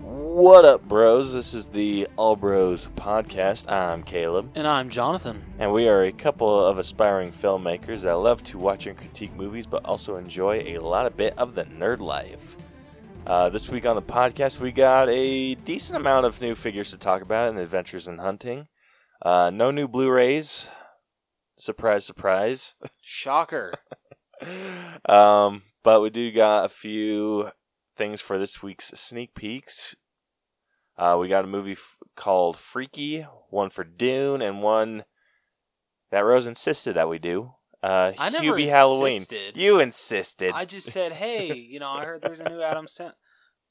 What up, bros? This is the All Bros podcast. I'm Caleb, And I'm Jonathan. and we are a couple of aspiring filmmakers that love to watch and critique movies, but also enjoy a lot of bit of the nerd life. Uh, this week on the podcast, we got a decent amount of new figures to talk about in Adventures in Hunting. Uh, no new Blu-rays. Surprise, surprise. Shocker. um, but we do got a few things for this week's sneak peeks. Uh, we got a movie f- called Freaky, one for Dune, and one that Rose insisted that we do. Uh, I never Hubie Halloween. insisted. You insisted. I just said, hey, you know, I heard there's a new Adam Sandler.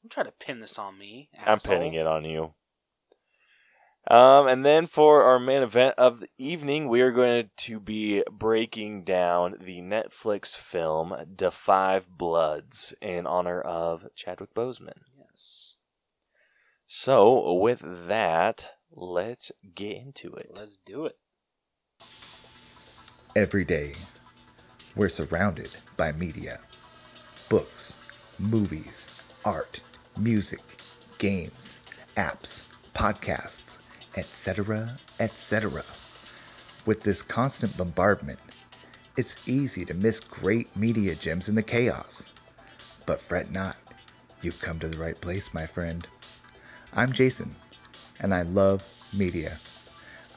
I'm trying to pin this on me. I'm pinning it on you. Um, and then for our main event of the evening, we are going to be breaking down the Netflix film Defy Bloods in honor of Chadwick Boseman. Yes. So, with that, let's get into it. Let's do it. Every day, we're surrounded by media books, movies, art, music, games, apps, podcasts, etc., etc. With this constant bombardment, it's easy to miss great media gems in the chaos. But fret not, you've come to the right place, my friend. I'm Jason, and I love media.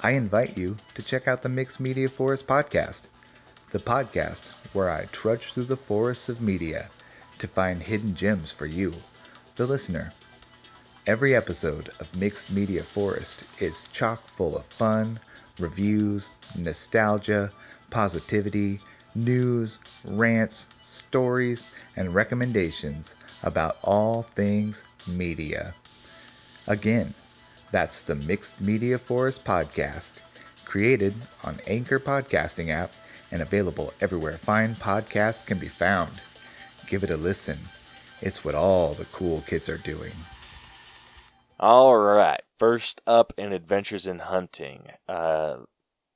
I invite you to check out the Mixed Media Forest podcast, the podcast where I trudge through the forests of media to find hidden gems for you, the listener. Every episode of Mixed Media Forest is chock full of fun, reviews, nostalgia, positivity, news, rants, stories, and recommendations about all things media. Again, that's the Mixed Media Forest podcast, created on Anchor Podcasting app and available everywhere fine podcasts can be found. Give it a listen. It's what all the cool kids are doing. All right, first up in Adventures in Hunting, uh,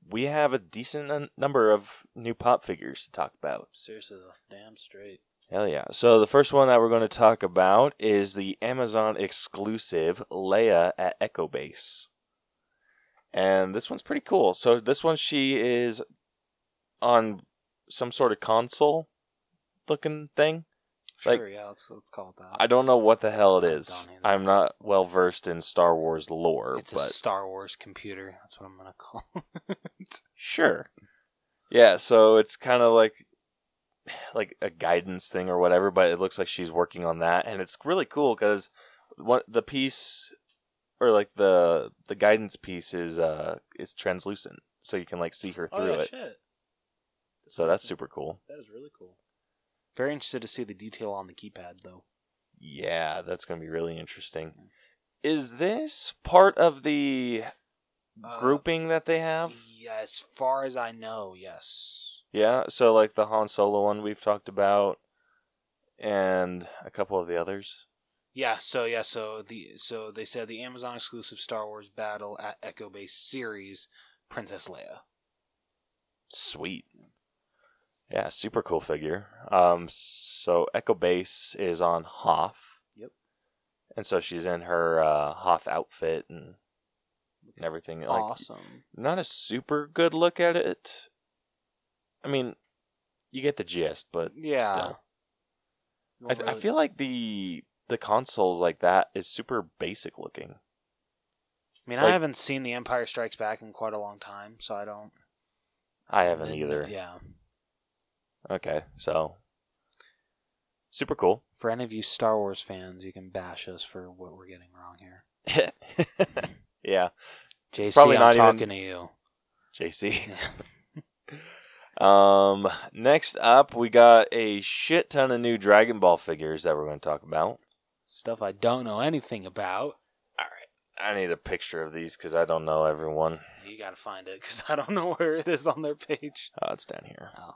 we have a decent n- number of new pop figures to talk about. Seriously, though. Damn straight. Hell yeah. So, the first one that we're going to talk about is the Amazon exclusive Leia at Echo Base. And this one's pretty cool. So, this one, she is on some sort of console looking thing. Like- Sure, yeah, let's, let's call it that. I don't know what the hell it is. Don't either. I'm not well versed in Star Wars lore, It's a but Star Wars computer. That's what I'm going to call it. sure. Yeah, so it's kind of like like a guidance thing or whatever, but it looks like she's working on that and it's really cool cuz what the piece or like the the guidance piece is uh is translucent, so you can like see her through it. Oh, shit. So that's super cool. That is really cool. Very interested to see the detail on the keypad, though. Yeah, that's going to be really interesting. Is this part of the Uh, grouping that they have? Yeah, as far as I know, yes. Yeah, so like the Han Solo one we've talked about, and a couple of the others. Yeah, so yeah, so the so they said the Amazon exclusive Star Wars Battle at Echo Base series, Princess Leia. Sweet. Yeah, super cool figure. Um, so Echo Base is on Hoth. Yep. And so she's in her uh, Hoth outfit and, and everything. Like, awesome. Not a super good look at it. I mean, you get the gist, but Yeah. still. I, th- I feel like the the consoles like that is super basic looking. I mean, I like- haven't seen The Empire Strikes Back in quite a long time, so I don't. I haven't either. Yeah. Okay, so super cool. For any of you Star Wars fans, you can bash us for what we're getting wrong here. yeah, JC, probably I'm not even- talking to you. JC. um, next up, we got a shit ton of new Dragon Ball figures that we're going to talk about. Stuff I don't know anything about. I need a picture of these because I don't know everyone. You gotta find it because I don't know where it is on their page. Oh, it's down here. Oh,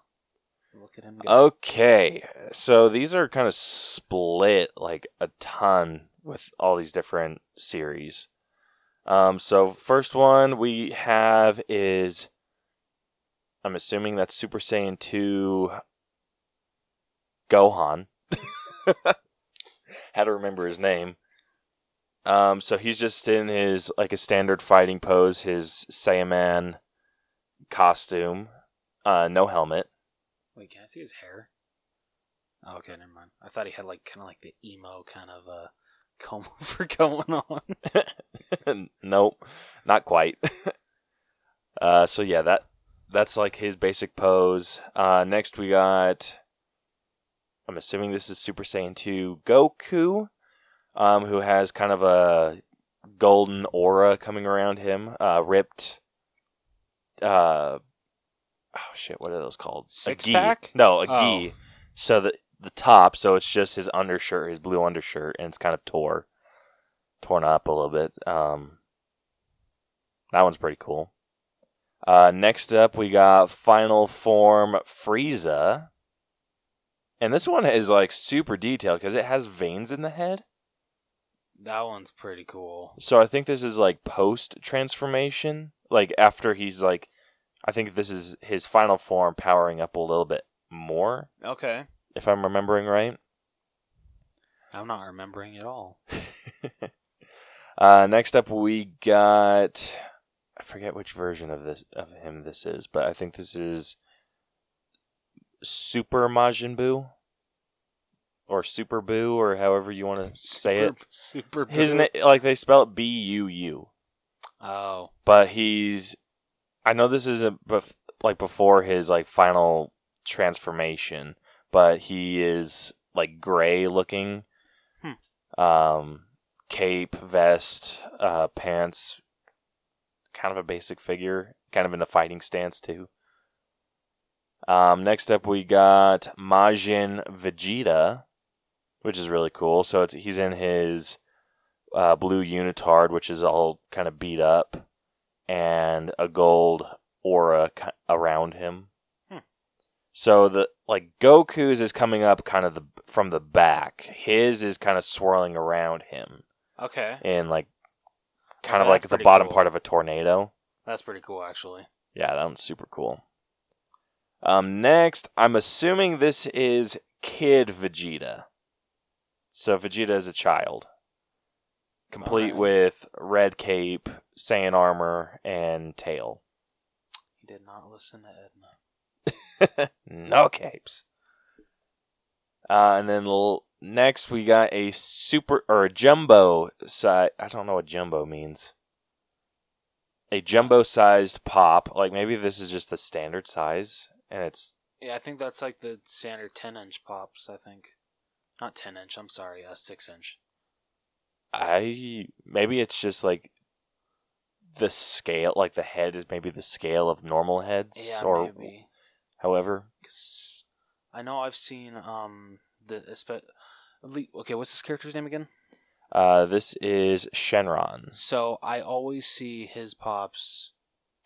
look at him go. Okay, so these are kind of split like a ton with all these different series. Um, so first one we have is, I'm assuming that's Super Saiyan two. Gohan. Had to remember his name. Um, so he's just in his like a standard fighting pose, his Saiyaman costume, uh, no helmet. Wait, can I see his hair? Oh, okay, never mind. I thought he had like kind of like the emo kind of uh, comb over going on. nope, not quite. uh, so yeah, that that's like his basic pose. Uh, next we got. I'm assuming this is Super Saiyan 2 Goku, um, who has kind of a golden aura coming around him, uh, ripped. Uh, oh shit! What are those called? Six a gi. pack? No, a Oh. gi. So the the top, so it's just his undershirt, his blue undershirt, and it's kind of tore, torn up a little bit. Um, that one's pretty cool. Uh, next up, we got Final Form Frieza. And this one is like super detailed because it has veins in the head. That one's pretty cool. So I think this is like post transformation. Like after he's like, I think this is his final form powering up a little bit more, Okay, if I'm remembering right. I'm not remembering at all. Uh, next up, we got I forget which version of this of him this is, but I think this is Super Majin Buu or Super Buu or however you want to say it. Super. His boo. na- like they spell it B U U, Oh, but he's I know this isn't bef- like before his like final transformation, but he is like gray looking. Um, cape, vest, uh, pants, kind of a basic figure, kind of in a fighting stance too. Um, next up we got Majin Vegeta, which is really cool. So it's he's in his uh, blue unitard, which is all kind of beat up, and a gold aura ki- around him. Hmm. So the like Goku's is coming up kind of the from the back. His is kind of swirling around him okay, in like kind of that's like at the pretty bottom cool. part of a tornado. that's pretty cool actually. Yeah, that one's super cool. Um, next, I'm assuming this is Kid Vegeta. So Vegeta is a child, complete Alright. with red cape, Saiyan armor, and tail. He did not listen to Edna. no capes. Uh, and then l- next we got a super or a jumbo size. I don't know what jumbo means. A jumbo sized pop. Like maybe this is just the standard size, and it's Yeah, I think that's like the standard 10 inch pops, I think. Not 10 inch, I'm sorry, uh, 6 inch. I maybe it's just like the scale, like the head is maybe the scale of normal heads, Yeah, or maybe. however. 'Cause I know I've seen um the espe- le- okay, what's this character's name again? Uh, this is Shenron's. So I always see his pops.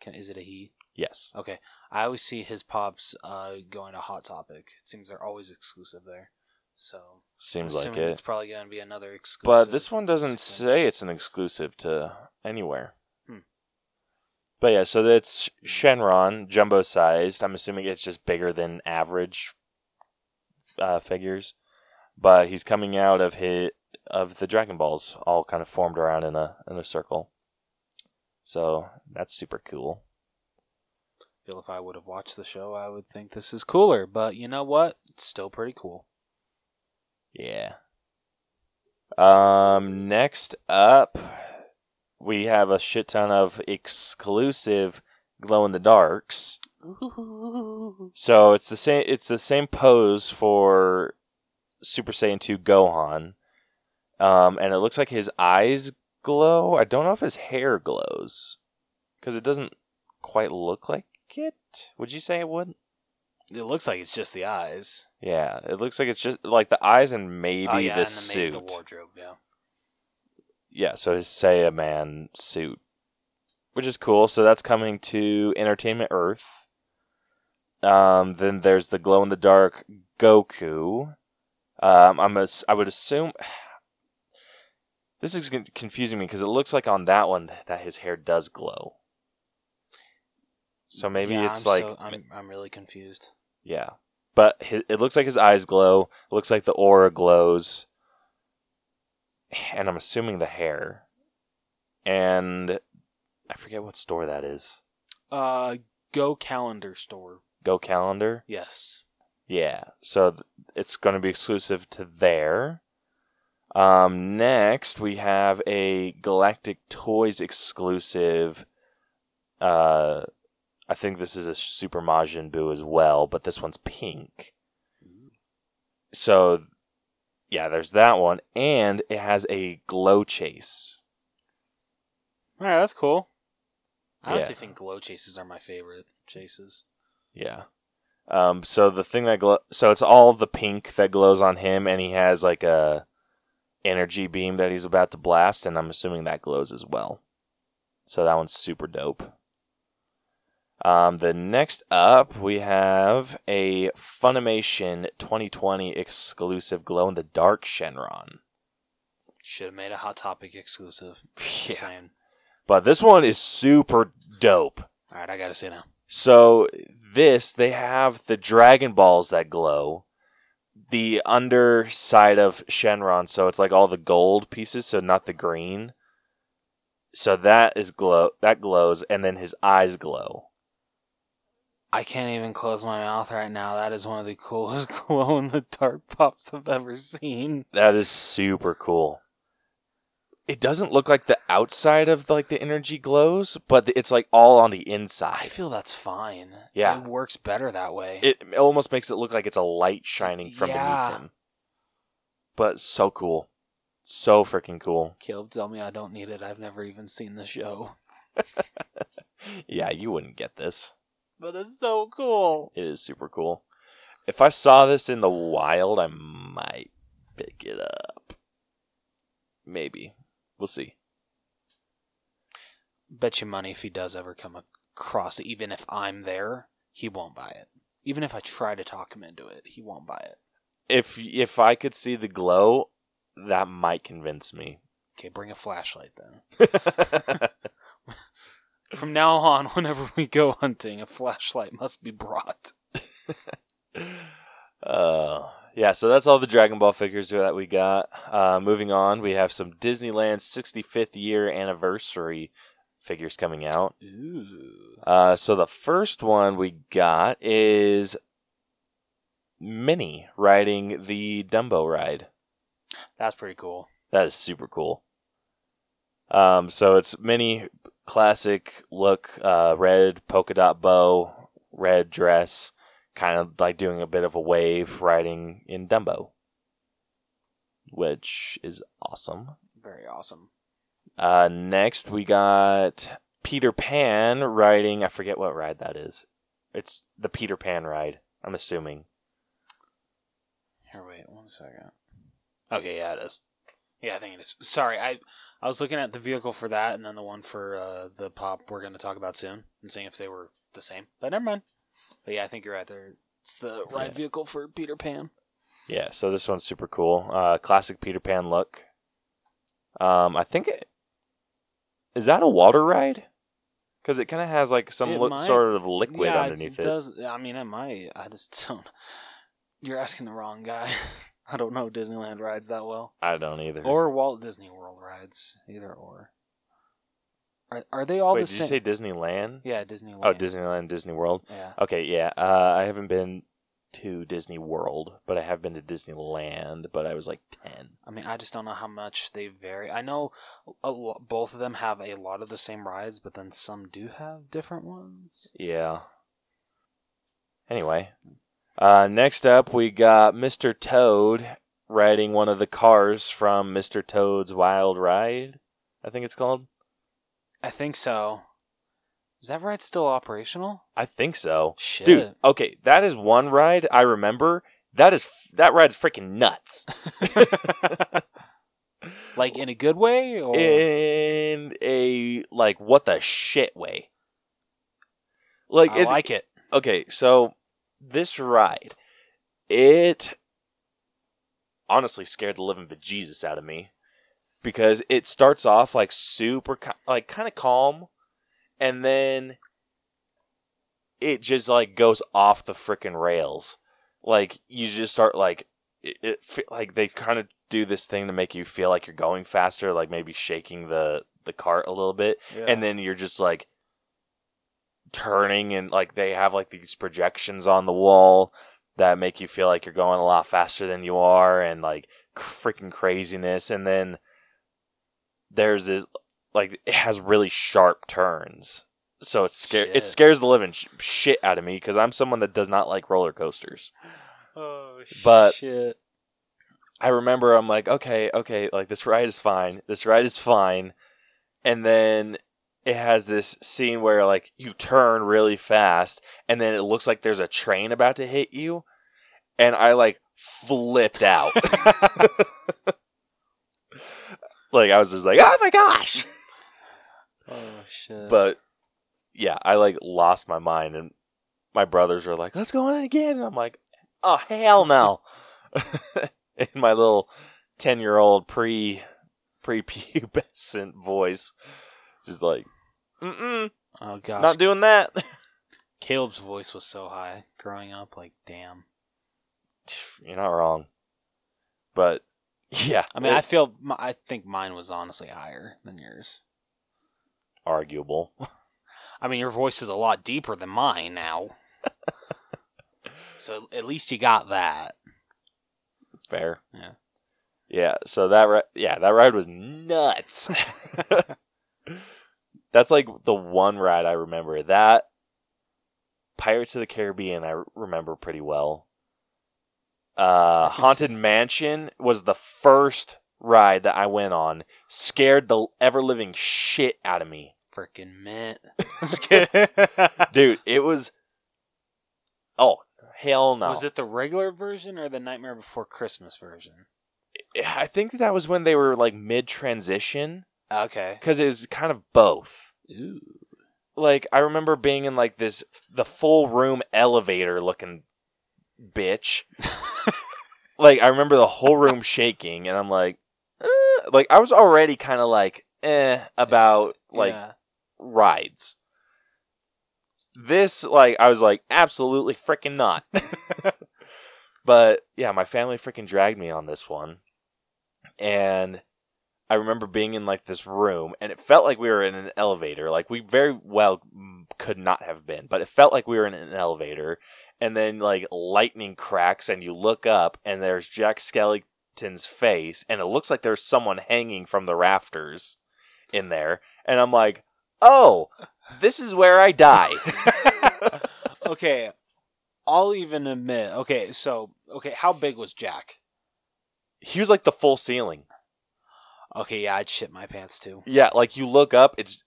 Can is it a he? Yes. Okay, I always see his pops uh going to Hot Topic. It seems they're always exclusive there. So Seems assuming like it. it's probably going to be another exclusive. But this one doesn't sequence. say it's an exclusive to anywhere. Hmm. But yeah, so that's Shenron, jumbo sized. I'm assuming it's just bigger than average uh, figures. But he's coming out of his, of the Dragon Balls, all kind of formed around in a in a circle. So that's super cool. feel if I would have watched the show, I would think this is cooler. But you know what? It's still pretty cool. Yeah. Um, next up, we have a shit ton of exclusive glow in the darks. So it's the same. It's the same pose for Super Saiyan Two Gohan, um, and it looks like his eyes glow. I don't know if his hair glows because it doesn't quite look like it. Would you say it would? It looks like it's just the eyes. Yeah, it looks like it's just like the eyes and maybe oh, yeah, the and the, suit. the wardrobe, yeah. yeah, so his Saiyaman suit, which is cool. So that's coming to Entertainment Earth. Um, then there's the glow in the dark Goku. Um, I'm ass- I would assume this is con- confusing me because it looks like on that one that his hair does glow. So maybe Yeah, it's I'm like so- I'm, I'm really confused. yeah. But hi- it looks like his eyes glow. Looks like the aura glows. and I'm assuming the hair. And I forget what store that is. Uh, Go Calendar Store. Go Calendar. Yes. Yeah. So th- it's going to be exclusive to there. Um, next, we have a Galactic Toys exclusive. Uh, I think this is a Super Majin Buu as well, but this one's pink. So, yeah, there's that one. And it has a Glow Chase. All right, that's cool. I honestly Yeah. think glow chases are my favorite chases. Yeah. Um, so the thing that glow- so it's all the pink that glows on him, and he has like a energy beam that he's about to blast, and I'm assuming that glows as well. So that one's super dope. Um, the next up, we have a Funimation 2020 exclusive glow in the dark Shenron. Should have made a Hot Topic exclusive. Just saying. But this one is super dope. All right, I gotta say now. So this they have the Dragon Balls that glow, the underside of Shenron, so it's like all the gold pieces, so not the green. So that is glow that glows, and then his eyes glow. I can't even close my mouth right now. That is one of the coolest glow in the dark pops I've ever seen. That is super cool. It doesn't look like the outside of like the energy glows, but it's like all on the I inside. feel that's fine. Yeah. it works better that way. It almost makes it look like it's a light shining from Yeah. beneath him. But so cool. So freaking cool. Caleb, tell me I don't need it. I've never even seen the show. yeah, you wouldn't get this. But it's so cool. It is super cool. If I saw this in the wild, I might pick it up. Maybe. We'll see. Bet you money if he does ever come across it, even if I'm there, he won't buy it. Even if I try to talk him into it, he won't buy it. If if I could see the glow, that might convince me. Okay, bring a flashlight then. yeah, From now on, whenever we go hunting, a flashlight must be brought. Uh, yeah, so that's all the Dragon Ball figures that we got. Uh, moving on, we have some Disneyland's 65th year anniversary figures coming out. Ooh. Uh, so the first one we got is Minnie riding the Dumbo ride. That's pretty cool. That is super cool. Um, so it's Minnie classic look, uh, red polka dot bow, red dress, kind of like doing a bit of a wave riding in Dumbo, which is awesome. Very awesome. Uh, next, we got Peter Pan riding. I forget what ride that is. It's the Peter Pan ride. I'm assuming. Here, wait one second. Okay, yeah, it is. Yeah, I think it is. Sorry, I I was looking at the vehicle for that, and then the one for uh, the pop we're going to talk about soon, and seeing if they were the same. But never mind. But yeah, I think you're right there. It's the ride Yeah. vehicle for Peter Pan. Yeah. So this one's super cool. Uh, classic Peter Pan look. Um, I think it is that a water ride because it kind of has like some It look, might. sort of liquid Yeah, underneath it. it. Does I mean it might? I just don't. You're asking the wrong guy. I don't know Disneyland rides that well, I don't either. or Walt Disney World rides either. Or are, are they all wait, the did same? you say Disneyland? yeah, Disneyland. Oh, Disneyland, Disney World. Yeah. Okay, yeah. Uh, I haven't been to Disney World, but I have been to Disneyland. But I was like ten. I mean, I just don't know how much they vary. I know a lo- both of them have a lot of the same rides, but then some do have different ones. Yeah. Anyway, uh, next up we got Mr. Toad riding one of the cars from Mr. Toad's Wild Ride. I think it's called. I think so. Is that ride still operational? I think so. Shit. Dude, okay, that is one ride I remember. That is that ride's freaking nuts. Like in a good way, or in a like what the shit way. Like I it's, like it. okay, so this ride, it honestly scared the living bejesus out of me because it starts off like super, ca- like kind of calm, and then it just like goes off the freaking rails. Like you just start like it, it fe- like they kind of do this thing to make you feel like you're going faster, like maybe shaking the the cart a little bit, and then you're just like turning and like they have like these projections on the wall that make you feel like you're going a lot faster than you are and like freaking craziness and then there's this like it has really sharp turns so it scares Shit. it scares the living sh- shit out of me because i'm someone that does not like roller coasters oh But- shit. I remember I'm like, okay, okay, like this ride is fine. This ride is fine. And then it has this scene where like you turn really fast and then it looks like there's a train about to hit you and I like flipped out. like I was just like, "Oh my gosh." Oh shit. But yeah, I like lost my mind and my brothers were like, "Let's go on it again." And I'm like, "Oh, hell no." In my little 10-year-old pre pre-pubescent voice just like, "Mm-mm, oh gosh. not doing that." Caleb's voice was so high growing up. Like damn. You're not wrong. But yeah, I mean, I it- feel. My, I think mine was honestly higher than yours. arguable. I mean, your voice is a lot deeper than mine now. so at least you got that. Fair. Yeah. Yeah. So that ri- yeah that ride was nuts. That's like the one ride I remember. That Pirates of the Caribbean I remember pretty well. Uh, I can Haunted Mansion was the first ride that I went on. Scared the ever living shit out of me, Freaking mint. Just kidding. dude. It was. Oh hell no! Was it the regular version or the Nightmare Before Christmas version? I think that was when they were like mid transition. Okay. because it was kind of both. Ooh. Like I remember being in like this the full room elevator looking bitch. like I remember the whole room shaking, and I'm like, eh. like I was already kind of like eh about like Yeah. rides. This like I was like absolutely freaking not. but yeah, my family freaking dragged me on this one. And I remember being in like this room and it felt like we were in an elevator. Like we very well mm, could not have been, but it felt like we were in an elevator and then like lightning cracks and you look up and there's Jack Skellington's face and it looks like there's someone hanging from the rafters in there and I'm like, "Oh, this is where I die." okay. I'll even admit. Okay, so okay, how big was Jack? he was like the full ceiling. Okay, yeah, I'd shit my pants too. Yeah, like you look up, it's.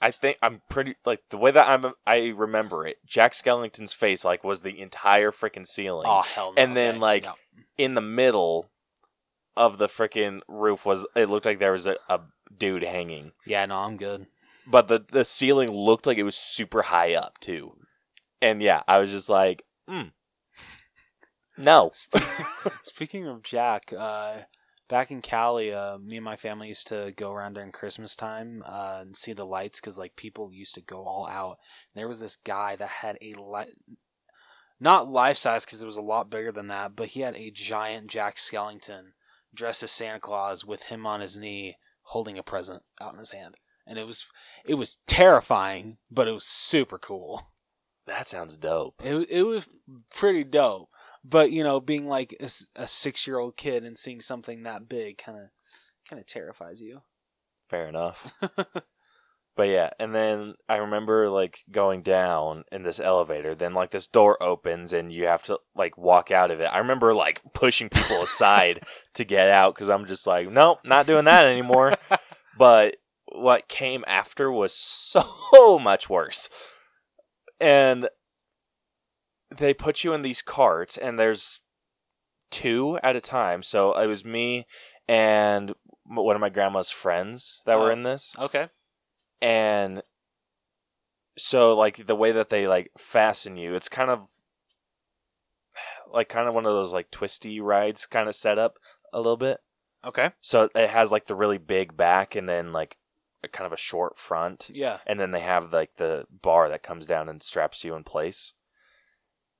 I think I'm pretty like the way that I'm. I remember it. Jack Skellington's face like was the entire freaking ceiling. Oh hell no. And then, okay, like, no. In the middle of the freaking roof was it looked like there was a, a dude hanging, Yeah, no, I'm good. but the the ceiling looked like it was super high up too. And yeah, I was just like, mm, no. Speaking of Jack, uh, back in Cali, uh, me and my family used to go around during Christmas time uh, and see the lights because like people used to go all out. there was this guy that had a light, not life size because it was a lot bigger than that, but he had a giant Jack Skellington dressed as Santa Claus with him on his knee holding a present out in his hand, and it was it was terrifying, but it was super cool. That sounds dope. It it was pretty dope, but you know, being like a, s- a six year old kid and seeing something that big kind of kind of terrifies you. Fair enough. But yeah, and then I remember like going down in this elevator, then like this door opens and you have to like walk out of it. I remember like pushing people aside to get out cuz I'm just like, nope, not doing that anymore. but what came after was so much worse. And they put you in these carts and there's two at a time. So it was me and m- one of my grandma's friends that were Oh. in this Okay. and so like the way that they like fasten you it's kind of like kind of one of those like twisty rides kind of set up a little bit Okay. so it has like the really big back and then like a kind of a short front Yeah. and then they have like the bar that comes down and straps you in place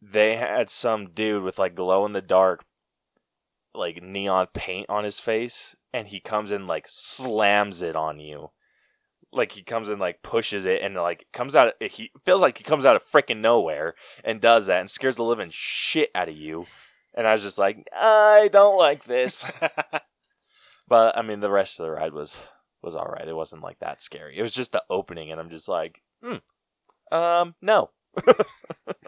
they had some dude with like glow in the dark like neon paint on his face and he comes and like slams it on you. Like he comes and like pushes it and like comes out he feels like he comes out of freaking nowhere and does that and scares the living shit out of you. And I was just like, I don't like this. but I mean the rest of the ride was was all right. It wasn't like that scary. It was just the opening and I'm just like, hmm, um, no.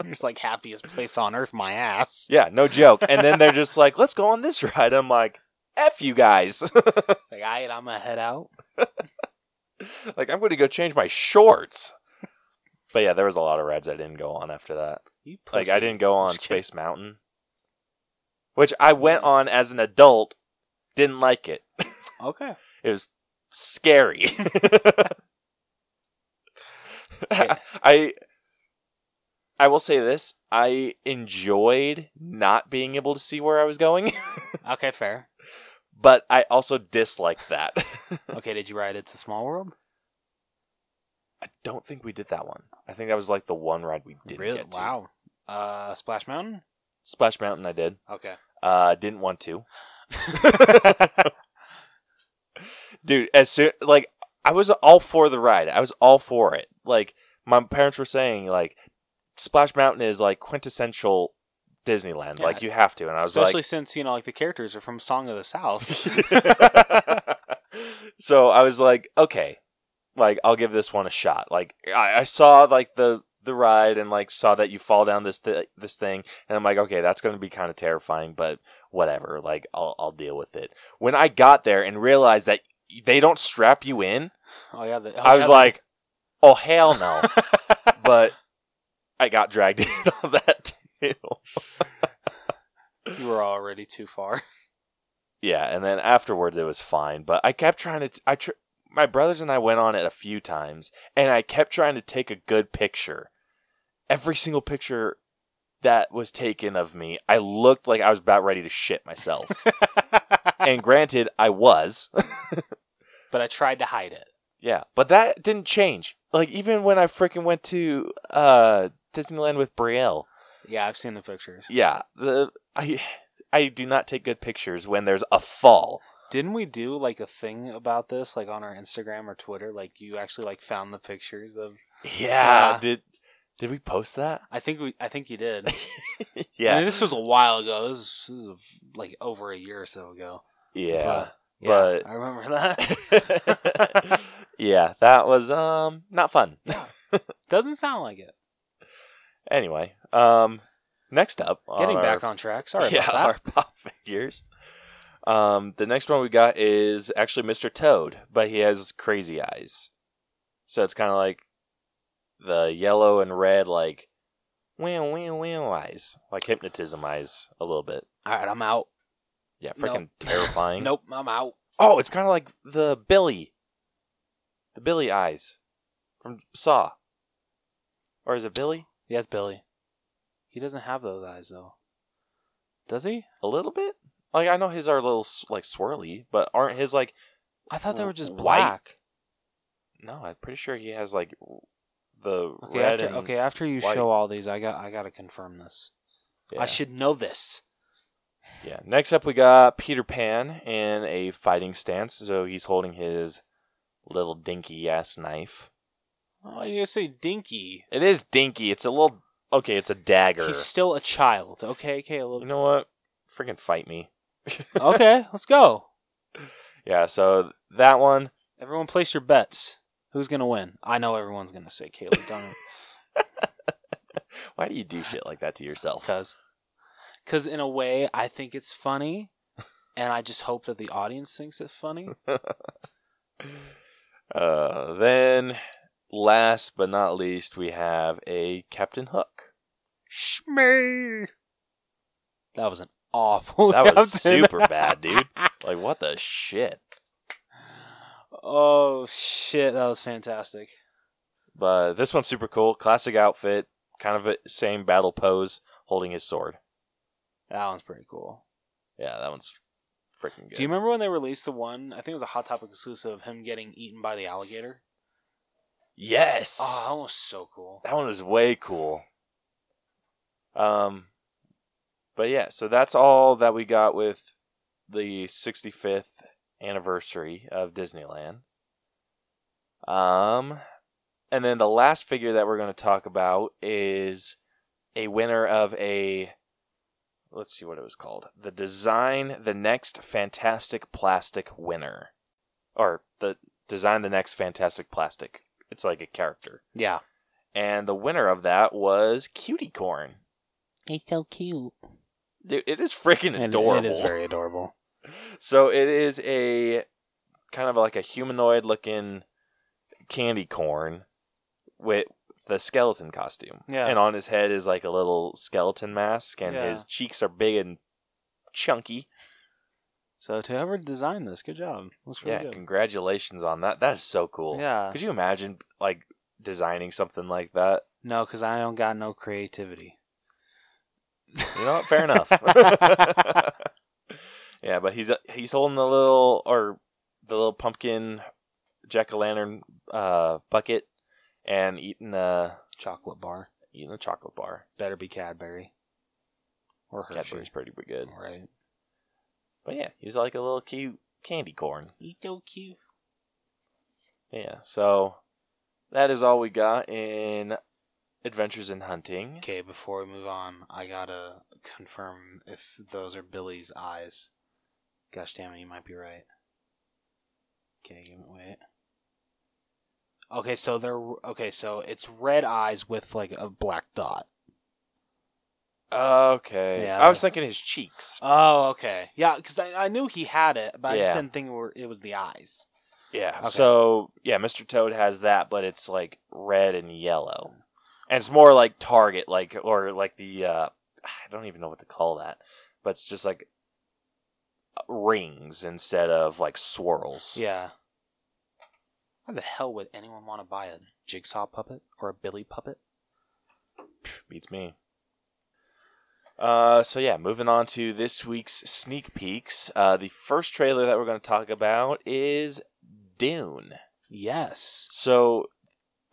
it's like happiest place on earth, my ass. Yeah, no joke. And then they're just like, let's go on this ride. I'm like, F you guys. It's like, I I'm gonna head out. like, I'm going to go change my shorts. But yeah, there was a lot of rides I didn't go on after that. You Like, pussy. I didn't go on Just kidding. Space Mountain, which I went on as an adult, didn't like it. Okay. It was scary. Yeah. I I will say this, I enjoyed not being able to see where I was going, Okay, fair. but I also disliked that. Okay, did you ride It's a Small World? I don't think we did that one. I think that was like the one ride we didn't really? get to. Wow. Uh, Splash Mountain? Splash Mountain I did. Okay. Uh didn't want to. Dude, as soon like I was all for the ride. I was all for it. Like my parents were saying like Splash Mountain is like quintessential Disneyland. Yeah. Like you have to and I was Especially like since, you know, like the characters are from Song of the South. so I was like, okay, like I'll give this one a shot. Like I, I saw like the the ride and like saw that you fall down this th- this thing, and I'm like, okay, that's gonna be kind of terrifying, but whatever. Like I'll I'll deal with it. When I got there and realized that they don't strap you in, oh, yeah. The, oh, I was yeah, the- like, oh hell no. but I got dragged in on that too. you were already too far. Yeah, and then afterwards it was fine, but I kept trying to. I tr- my brothers and I went on it a few times, and I kept trying to take a good picture. Every single picture that was taken of me, I looked like I was about ready to shit myself. but and granted, I was. I tried to hide it. yeah, but that didn't change. Like even when I freaking went to uh, Disneyland with Brielle, Yeah, I've seen the pictures. yeah, the I I do not take good pictures when there's a fall. Didn't we do like a thing about this, like on our Instagram or Twitter? Like you actually like found the pictures of. Yeah, Yeah. did did we post that? I think we. I think you did. Yeah. I mean, this was a while ago. This was, this was like over a year or so ago. Yeah. But, yeah, but- I remember that. yeah, that was um not fun. Doesn't sound like it. Anyway, um next up Getting back on track. Sorry yeah, about that. our pop figures. Um the next one we got is actually Mr. Toad, but he has crazy eyes. So it's kind of like the yellow and red like wow wow wow eyes, like hypnotism eyes a little bit. All right, I'm out. Yeah, Nope. freaking terrifying. Nope, I'm out. Oh, it's kind of like the Billy, the Billy eyes from Saw, or is it Billy? Yes, Billy. He doesn't have those eyes though. Does he? A little bit. Like I know his are a little s- like swirly, but aren't his like? I thought they W- were just Uh, white. black. No, I'm pretty sure he has like the Okay, red. after and- okay, after you white. show all these, I got I got to confirm this. Yeah. I should know this. yeah. Next up, we got Peter Pan in a fighting stance. So he's holding his little dinky ass knife. Oh, you say dinky. It is dinky. It's a little. Okay, it's a dagger. He's still a child. Okay, You Caleb. know what? Freaking fight me. okay, let's go. Yeah. So that one. Everyone place your bets. Who's going to win? I know everyone's going to say Caleb Dunham. Why do you do shit like that to yourself? Because cause in a way, I think it's funny, and I just hope that the audience thinks it's funny. Uh, then, last but not least, we have a Captain Hook. Shmee! That was an awful That was captain. super bad, dude. Like, what the shit? oh, shit. That was fantastic. But this one's super cool. Classic outfit, kind of a same battle pose, holding his sword. That one's pretty cool. Yeah, that one's freaking good. Do you remember when they released the one? I think it was a Hot Topic exclusive of him getting eaten by the alligator. Yes, Oh, that was so cool. that one was way cool. Um, but yeah, so that's all that we got with the 65th anniversary of Disneyland. Um, and then the last figure that we're going to talk about is a winner of a let's see what it was called the design the next fantastic plastic winner or the design the next fantastic plastic it's like a character Yeah. and the winner of that was cutie corn He's so cute. Dude, it is freaking adorable It is very adorable. so it is a kind of like a humanoid looking candy corn with the skeleton costume Yeah. and on his head is like a little skeleton mask and his Yeah. cheeks are big and chunky So to whoever designed this, good job. Looks Yeah, really good. congratulations on that. That is so cool. Yeah. Could you imagine like designing something like that? No, because I don't got no creativity. You know, what? fair enough. yeah, but he's uh, he's holding the little or the little pumpkin jack o' lantern uh, bucket and eating a Chocolate bar. eating a chocolate bar. Better be Cadbury. Or Hershey. Cadbury's pretty good. Right. But yeah, he's like a little cute candy corn. He's so cute. Yeah. So that is all we got in Adventures in Hunting. Okay, before we move on, I gotta confirm if those are Billy's eyes. Gosh damn it, you might be right. Okay, give me wait. Okay, so they're okay, so it's red eyes with like a black dot. Okay. Yeah. I was thinking his cheeks. Oh, okay, yeah, because I, I knew he had it, but I Yeah. just didn't think it, were, it was the eyes. Yeah. Okay. So yeah, Mr. Toad has that, but it's like red and yellow, and it's more like Target, like or like the uh, I don't even know what to call that, but it's just like rings instead of like swirls. Yeah. Why the hell would anyone want to buy a jigsaw puppet or a Billy puppet? beats me. Uh, so yeah, moving on to this week's sneak peeks. Uh, the first trailer that we're going to talk about is Dune. Yes. So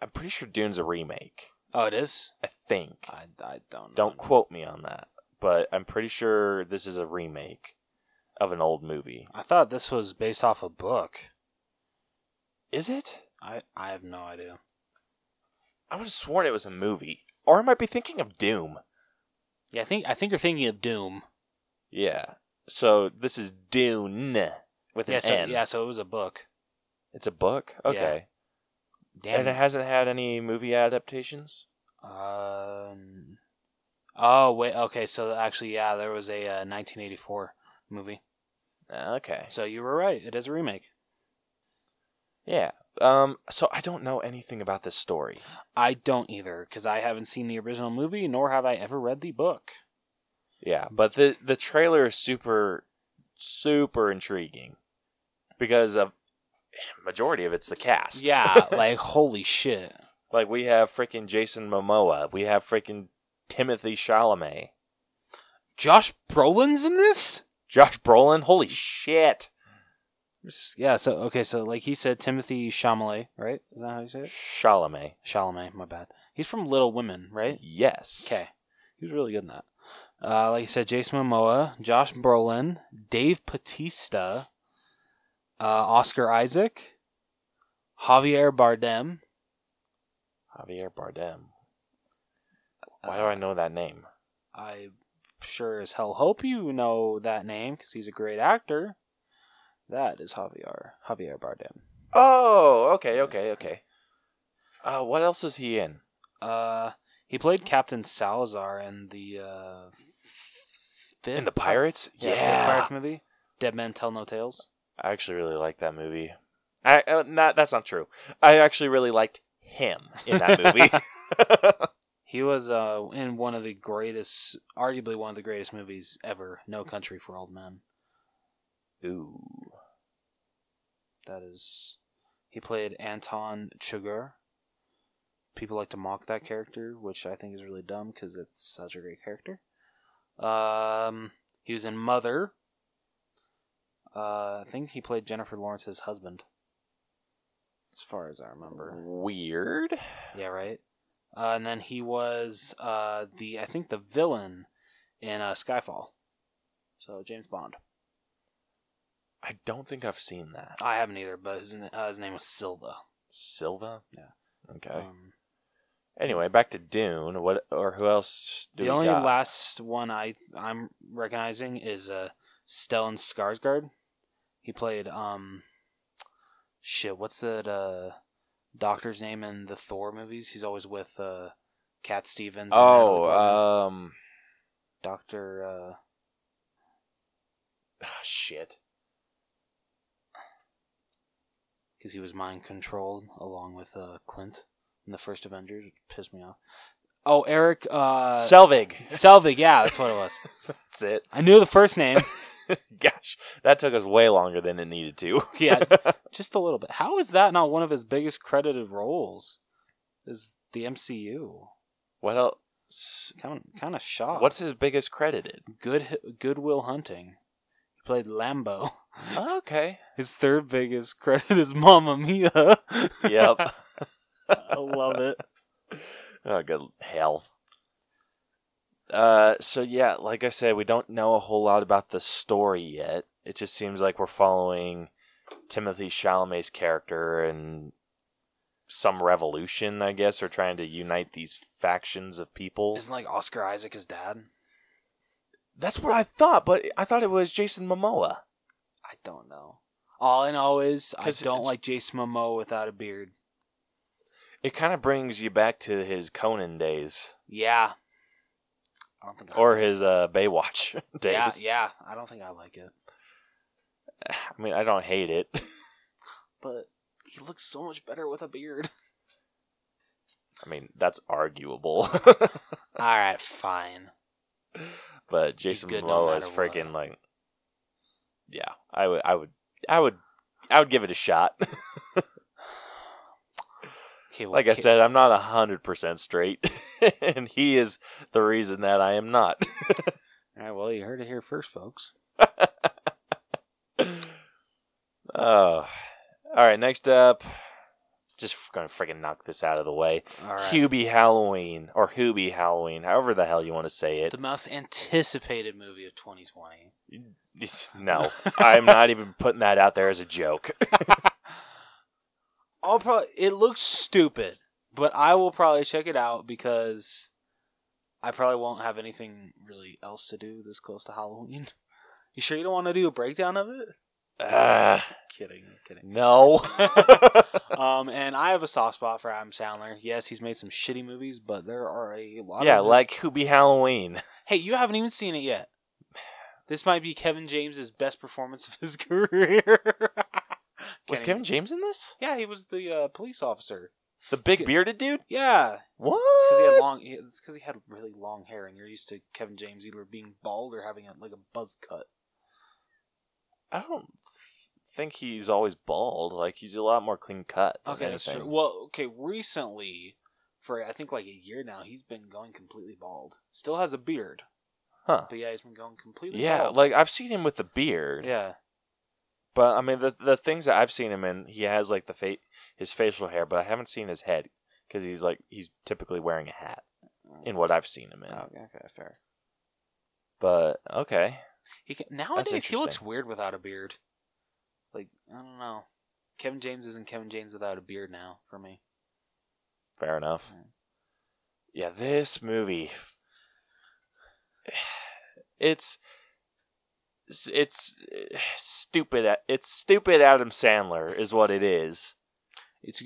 I'm pretty sure Dune's a remake. Oh, it is. I think. I, I don't Don't quote me on that, but I'm pretty sure this is a remake of an old movie. I thought this was based off a book. Is it? I I have no idea. I would have sworn it was a movie. Or I might be thinking of Doom. Yeah, I think I think you're thinking of Doom. Yeah. So this is Dune with an Yeah, so, N. yeah, so it was a book. It's a book? Okay. Damn. And it hasn't had any movie adaptations? um. Oh wait, okay. So actually, yeah, there was a uh, 1984 movie. Uh, Okay. So you were right. It is a remake. Yeah. Um so I don't know anything about this story. I don't either because I haven't seen the original movie, nor have I ever read the book. Yeah, but the the trailer is super super intriguing because of eh, majority of it's the cast. Yeah, like holy shit. like we have freaking Jason Momoa, we have freaking Timothy Chalamet, Josh Brolin's in this. Josh Brolin. Holy shit, Yeah. So okay. So like he said, Timothy Chalamet, right? Is that how you say it? Chalamet. Chalamet. My bad. He's from Little Women, right? Yes. Okay. He was really good in that. Uh, like you said, Jason Momoa, Josh Brolin, Dave Batista, uh, Oscar Isaac, Javier Bardem. Javier Bardem. Why do I know that name? I sure as hell hope you know that name because he's a great actor. That is Javier Javier Bardem. Oh, okay, okay, okay. Uh, what else is he in? Uh, he played Captain Salazar in the uh, fifth In the Pirates? yeah, fifth Pirates movie, Dead Men Tell No Tales. I actually really like that movie. I uh, not that's not true. I actually really liked him in that movie. He was uh, in one of the greatest, arguably one of the greatest movies ever, No Country for Old Men. Ooh. That is, he played Anton Chigurh. People like to mock that character, which I think is really dumb because it's such a great character. Um, he was in Mother. Uh, I think he played Jennifer Lawrence's husband, as far as I remember. Weird. Yeah, right. Uh, and then he was uh, the I think the villain in uh, Skyfall. So James Bond. I don't think I've seen that. I haven't either, but his, n- uh, his name was Silva. Silva. Yeah. Okay. Um, anyway, back to Dune. What or who else? Do the we only got? last one I I'm recognizing is uh, Stellan Skarsgård. He played um, shit. What's that uh, doctor's name in the Thor movies? He's always with uh, Cat Stevens. and Natalie Oh, Portman. um, Doctor. Uh, ah, shit. because he was mind controlled along with uh, Clint in the first Avengers. It pissed me off. Oh, Eric uh, Selvig. Selvig. Yeah, that's what it was. That's it. I knew the first name. Gosh, that took us way longer than it needed to. yeah, just a little bit. How is that not one of his biggest credited roles? Is the MCU? what else? Kind of, kind of shocked. What's his biggest credited? good? Goodwill Hunting. He played Lambo. okay. His third biggest credit is Mamma Mia. Yep. I love it. Oh, good hell. Uh, so yeah, like I said, we don't know a whole lot about the story yet. It just seems like we're following Timothy Chalamet's character and some revolution, I guess, or trying to unite these factions of people. Isn't like Oscar Isaac his dad? That's what I thought, but I thought it was Jason Momoa. I don't know. All in all is I 'Cause don't it's- like Jason Momoa without a beard. It kind of brings you back to his Conan days Yeah. I don't think I or his uh, Baywatch days. yeah, yeah. I don't think I like it. I mean, I don't hate it. But he looks so much better with a beard. I mean, that's arguable. All right, fine. But Jason good no Momoa is matter what. freaking like, yeah. I would, I would, I would, I would give it a shot. Okay, well, like I Ca- said, I'm not a hundred percent straight, and he is the reason that I am not. All right, well, you heard it here first, folks. oh, all right. Next up, just gonna freaking knock this out of the way. All right. Hubie Halloween or Hubie Halloween, however the hell you want to say it. The most anticipated movie of 2020. No, I'm not even putting that out there as a joke. I'll probably. It looks stupid, but I will probably check it out because I probably won't have anything really else to do this close to Halloween. You sure you don't want to do a breakdown of it? Uh, Kidding, kidding. no. Um, and I have a soft spot for Adam Sandler. Yes, he's made some shitty movies, but there are a lot. yeah, of them. like Hubie Halloween. hey, you haven't even seen it yet. This might be Kevin James's best performance of his career. Was Kidding. Kevin James in this? Yeah, he was the uh, police officer. The big Ki- bearded dude? Yeah, What? Because he had long. he- It's because he had really long hair, and you're used to Kevin James either being bald or having a, like a buzz cut. I don't think he's always bald. Like he's a lot more clean cut. than Okay, that's true. anything. Well, okay, recently, for I think like a year now, he's been going completely bald. Still has a beard, Huh? but yeah, he's been going completely. Yeah, bald. like I've seen him with the beard. yeah, But I mean, the the things that I've seen him in, he has like the fa- his facial hair, but I haven't seen his head because he's like he's typically wearing a hat in what I've seen him in. Oh, okay, fair. But okay, He can, nowadays he looks interesting. weird without a beard. Like I don't know, Kevin James isn't Kevin James without a beard now for me. fair enough. Mm. Yeah, this movie, it's it's- it's stupid. It's stupid. Adam Sandler is what it is. It's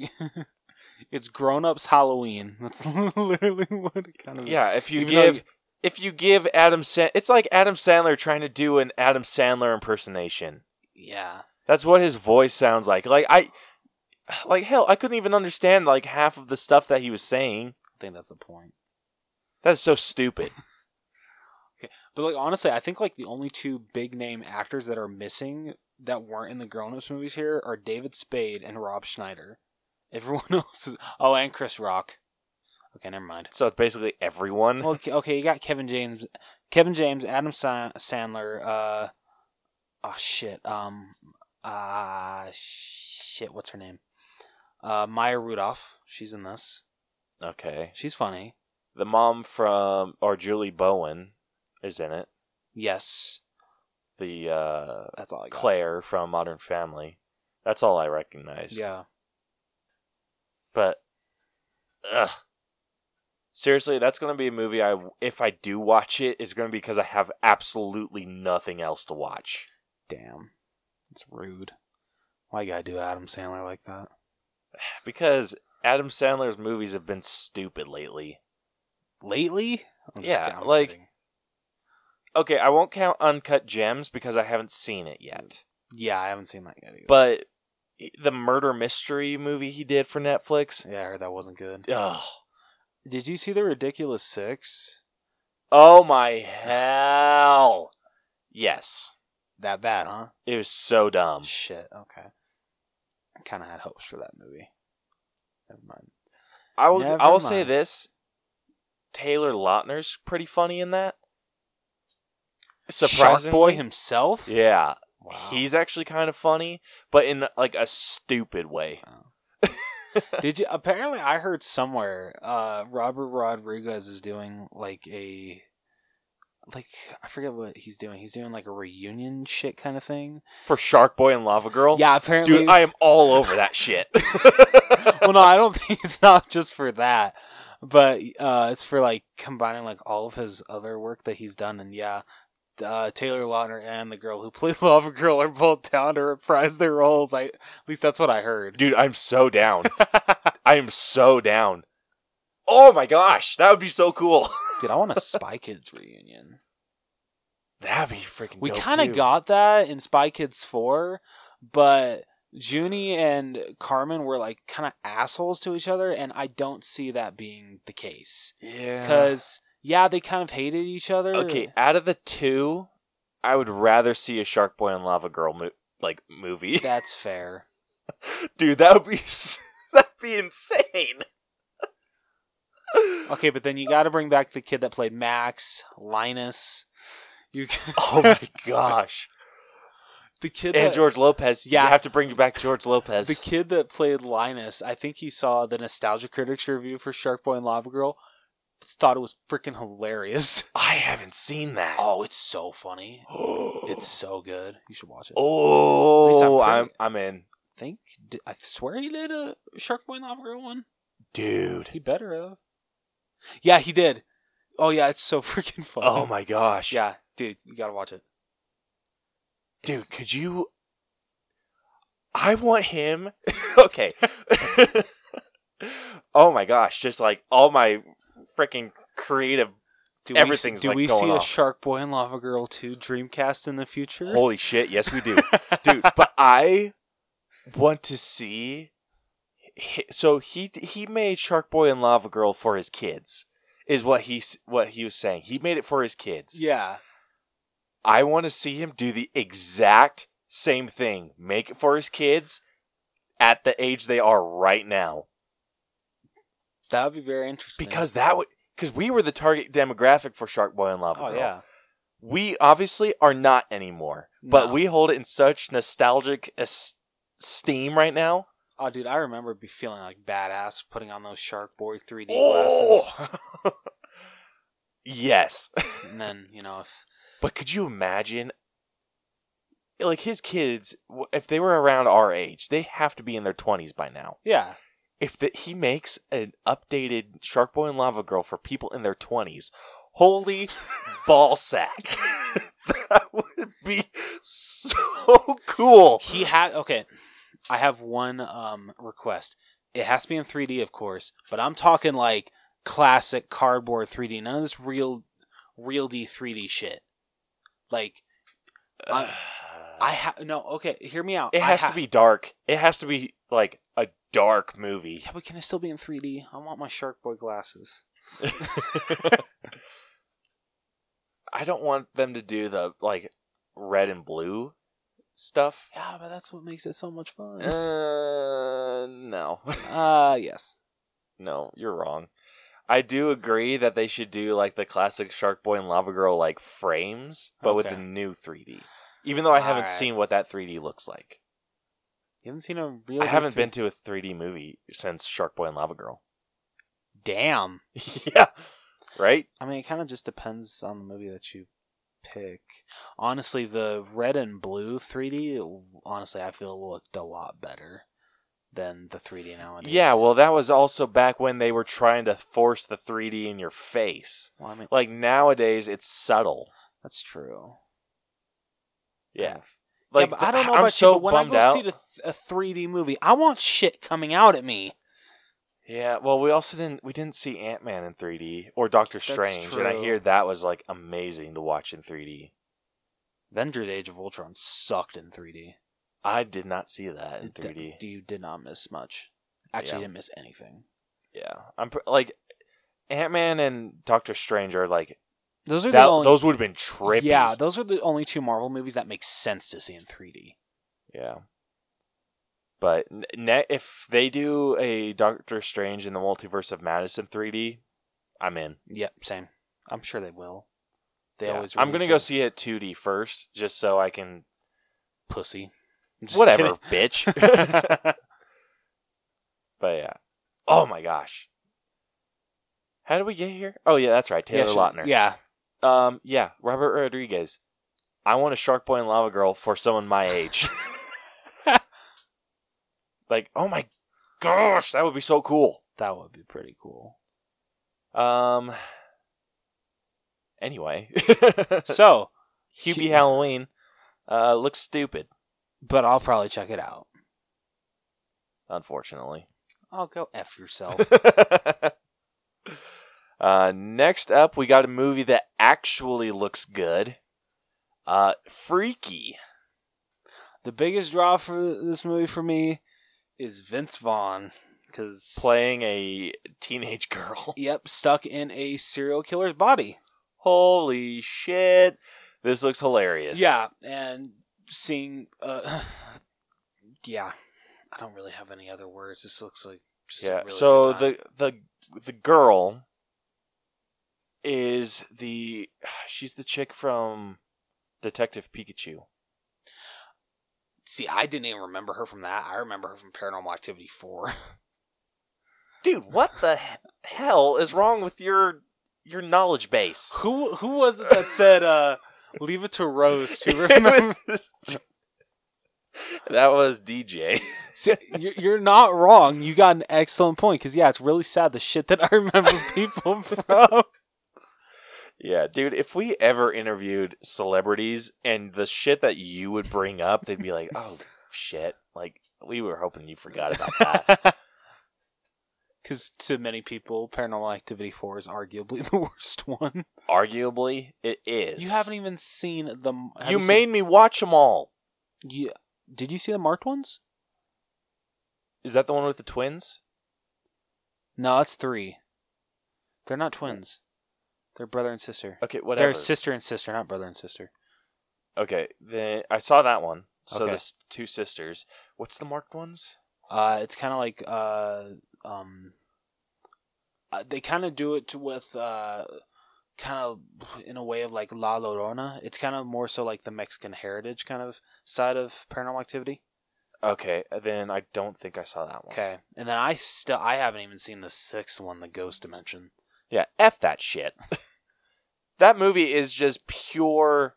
it's grown ups Halloween. That's literally what it kind of Yeah, if you Mm. Even though give you- if you give Adam Sand, it's like Adam Sandler trying to do an Adam Sandler impersonation. Yeah. That's what his voice sounds like. Like I like hell, I couldn't even understand like half of the stuff that he was saying. I think that's the point. That's so stupid. But like honestly, I think like the only two big name actors that are missing that weren't in the grown ups movies here are David Spade and Rob Schneider. Everyone else is oh, and Chris Rock. Okay, never mind. so it's basically everyone. Well, okay, okay, you got Kevin James, Kevin James, Adam Sa- Sandler. Uh, oh shit. Um, ah shit. What's her name? Uh, Maya Rudolph. She's in this. okay. She's funny. The mom from or Julie Bowen is in it. Yes. the uh, That's all I got. Claire from Modern Family. That's all I recognized. Yeah. But, ugh. Seriously, that's going to be a movie I, if I do watch it, it's going to be because I have absolutely nothing else to watch. Damn. It's rude. Why you gotta do Adam Sandler like that? Because Adam Sandler's movies have been stupid lately. Lately? I'm just Yeah, kidding. I'm like- kidding. Okay, I won't count Uncut Gems because I haven't seen it yet. Yeah, I haven't seen that yet either. But e, the murder mystery movie he did for Netflix, yeah, I heard that wasn't good. ugh. Did you see the Ridiculous Six? Oh my hell. Yes. That bad, huh? It was so Um, dumb. Shit. Okay. I kind of had hopes for that movie. Never mind. I will Never I will say mind. this. Taylor Lautner's pretty funny in that. Shark Surprisingly. Boy himself. Yeah. Wow. He's actually kind of funny, but in like a stupid way. Did you? Apparently, I heard somewhere uh, Robert Rodriguez is doing like a like I forget what he's doing. He's doing like a reunion shit kind of thing. For Shark Boy and Lava Girl? Yeah. Apparently. Dude, I am all over that shit. well, no, I don't think it's not just for that, but uh, it's for like combining like all of his other work that he's done, and yeah, uh, Taylor Lautner and the girl who played Lava Girl are both down to reprise their roles. I at least that's what I heard. Dude, I'm so down. I am so down. Oh my gosh, that would be so cool. Dude, I want a Spy Kids reunion. That'd be freaking. We dope, kind too. of got that in Spy Kids Four, but. Junie and Carmen were like kind of assholes to each other, and I don't see that being the case. yeah. Because, yeah, they kind of hated each other. okay, out of the two, I would rather see a Shark Boy and Lava Girl mo- like movie. That's fair. Dude, that would be s- that'd be insane. Okay, but then you got to bring back the kid that played Max, Linus. You Oh my gosh! the kid And that, George Lopez. Yeah. you have to bring back George Lopez. the kid that played Linus. I think he saw the Nostalgia Critics review for Shark Boy and Lava Girl. Thought it was freaking hilarious. I haven't seen that. Oh, it's so funny. It's it's so good. You should watch it. Oh. At least I'm oh, pretty- I'm I'm in, I think di- I swear he did a Shark Boy and Lava Girl one. dude. He better have. Yeah, he did. Oh yeah, it's so freaking funny. Oh my gosh. Yeah, dude, you gotta watch it. Dude, It's- could you I want him. okay. oh my gosh, just like all my freaking creative Do Everything's, we, do like, we going see off. a Shark Boy and Lava Girl 2 Dreamcast in the future? Holy shit, yes we do. Dude, but I want to see hi- so he he made Shark Boy and Lava Girl for his kids. Is what he s- what he was saying. He made it for his kids. yeah. I want to see him do the exact same thing. Make it for his kids at the age they are right now. That would be very interesting. Because that would because we were the target demographic for Shark Boy and Lava Oh Girl. yeah. We obviously are not anymore, but No. we hold it in such nostalgic es- esteem right now. Oh dude, I remember be feeling like badass putting on those Shark Boy 3D Oh! yes. glasses. And then, you know, if But could you imagine like his kids w- if they were around our age, they have to be in their 20s by now. Yeah. if the, he makes an updated Shark Boy and Lava Girl for people in their 20s, holy ball sack. that would be so cool. He had okay. I have one um request. It has to be in 3D, of course, but I'm talking like classic cardboard 3D. None of this real real D 3D shit. Like I- I have no okay. Hear me out. it I has ha- to be dark. It has to be like a dark movie. Yeah, but can it still be in 3D? I want my Shark Boy glasses. I don't want them to do the like red and blue stuff. Yeah, but that's what makes it so much fun. Uh, no. uh, yes. No, you're wrong. I do agree that they should do like the classic Shark Boy and Lava Girl like frames, but with the Okay. new 3D. Even though I haven't Alright. seen what that 3D looks like, You haven't seen a real. I haven't been to a 3D movie since Shark Boy and Lava Girl. Damn. yeah, right. I mean, it kind of just depends on the movie that you pick. Honestly, the red and blue 3D, honestly, I feel looked a lot better than the 3D nowadays. Yeah, well, that was also back when they were trying to force the 3D in your face. Well, I mean, Like nowadays, it's subtle. that's true. Yeah, Like, like I don't know I'm about so you, but when I bummed go out. see the th- a 3D movie, I want shit coming out at me. Yeah, well, we also didn't we didn't see Ant Man in 3D or Doctor Strange, and I true. hear that was like amazing to watch in 3D. Avengers Age of Ultron sucked in 3D. I did not see that in It d- 3D. you did not miss much. Actually, Yeah. you didn't miss anything. yeah, I'm pr- like Ant Man and Doctor Strange are like Those are that, the only those would have been trippy. Yeah, those are the only two Marvel movies that make sense to see in 3D. yeah. But n- ne- if they do a Doctor Strange in the Multiverse of Madness in 3D, I'm in. Yep, same. I'm sure they will. They Yeah. always. I'm gonna release go it. see it 2D first, just so I can pussy. I'm just whatever, kidding. bitch. but yeah. Oh my gosh. How did we get here? Oh yeah, that's right. Taylor yeah, Lautner. Sure. Yeah, Um. Yeah. Robert Rodriguez. I want a Shark Boy and Lava Girl for someone my age. like, oh my gosh, that would be so cool. that would be pretty cool. Um. Anyway, So, Hubie Halloween uh, looks stupid, but I'll probably check it out. unfortunately. I'll go f yourself. uh, next up, we got a movie that actually looks good. Uh, Freaky. the biggest draw for this movie for me is Vince Vaughn because Playing a teenage girl. Yep, stuck in a serial killer's body. Holy shit. This looks hilarious. Yeah, and seeing. Uh, yeah, I don't really have any other words. This looks like just Yeah. A really so good time. the the the girl is the she's the chick from Detective Pikachu. see, I didn't even remember her from that. I remember her from Paranormal Activity Four. Dude, what the he- hell is wrong with your your knowledge base? Who who was it that said uh leave it to Rose to remember? that was DJ. See, you're, you're not wrong. You got an excellent point because yeah, it's really sad the shit that I remember people from. Yeah, dude, if we ever interviewed celebrities and the shit that you would bring up, they'd be like, "Oh shit, like we were hoping you forgot about that." Because to many people, Paranormal Activity Four is arguably the worst one. Arguably, it is. You haven't even seen the. have you seen- made me watch them all. You, did you see the marked ones? Is that the one with the twins? No, that's three. They're not twins. They're brother and sister. Okay, whatever. They're sister and sister, not brother and sister. okay, then I saw that one. So Okay. the s- two sisters. What's the marked ones? Uh, it's kind of like uh, um, uh, they kind of do it to with uh, kind of in a way of like La Llorona. It's kind of more so like the Mexican heritage kind of side of Paranormal Activity. Okay, then I don't think I saw that one. Okay, and then I still I haven't even seen the sixth one, the Ghost Dimension. Yeah, f that shit. that movie is just pure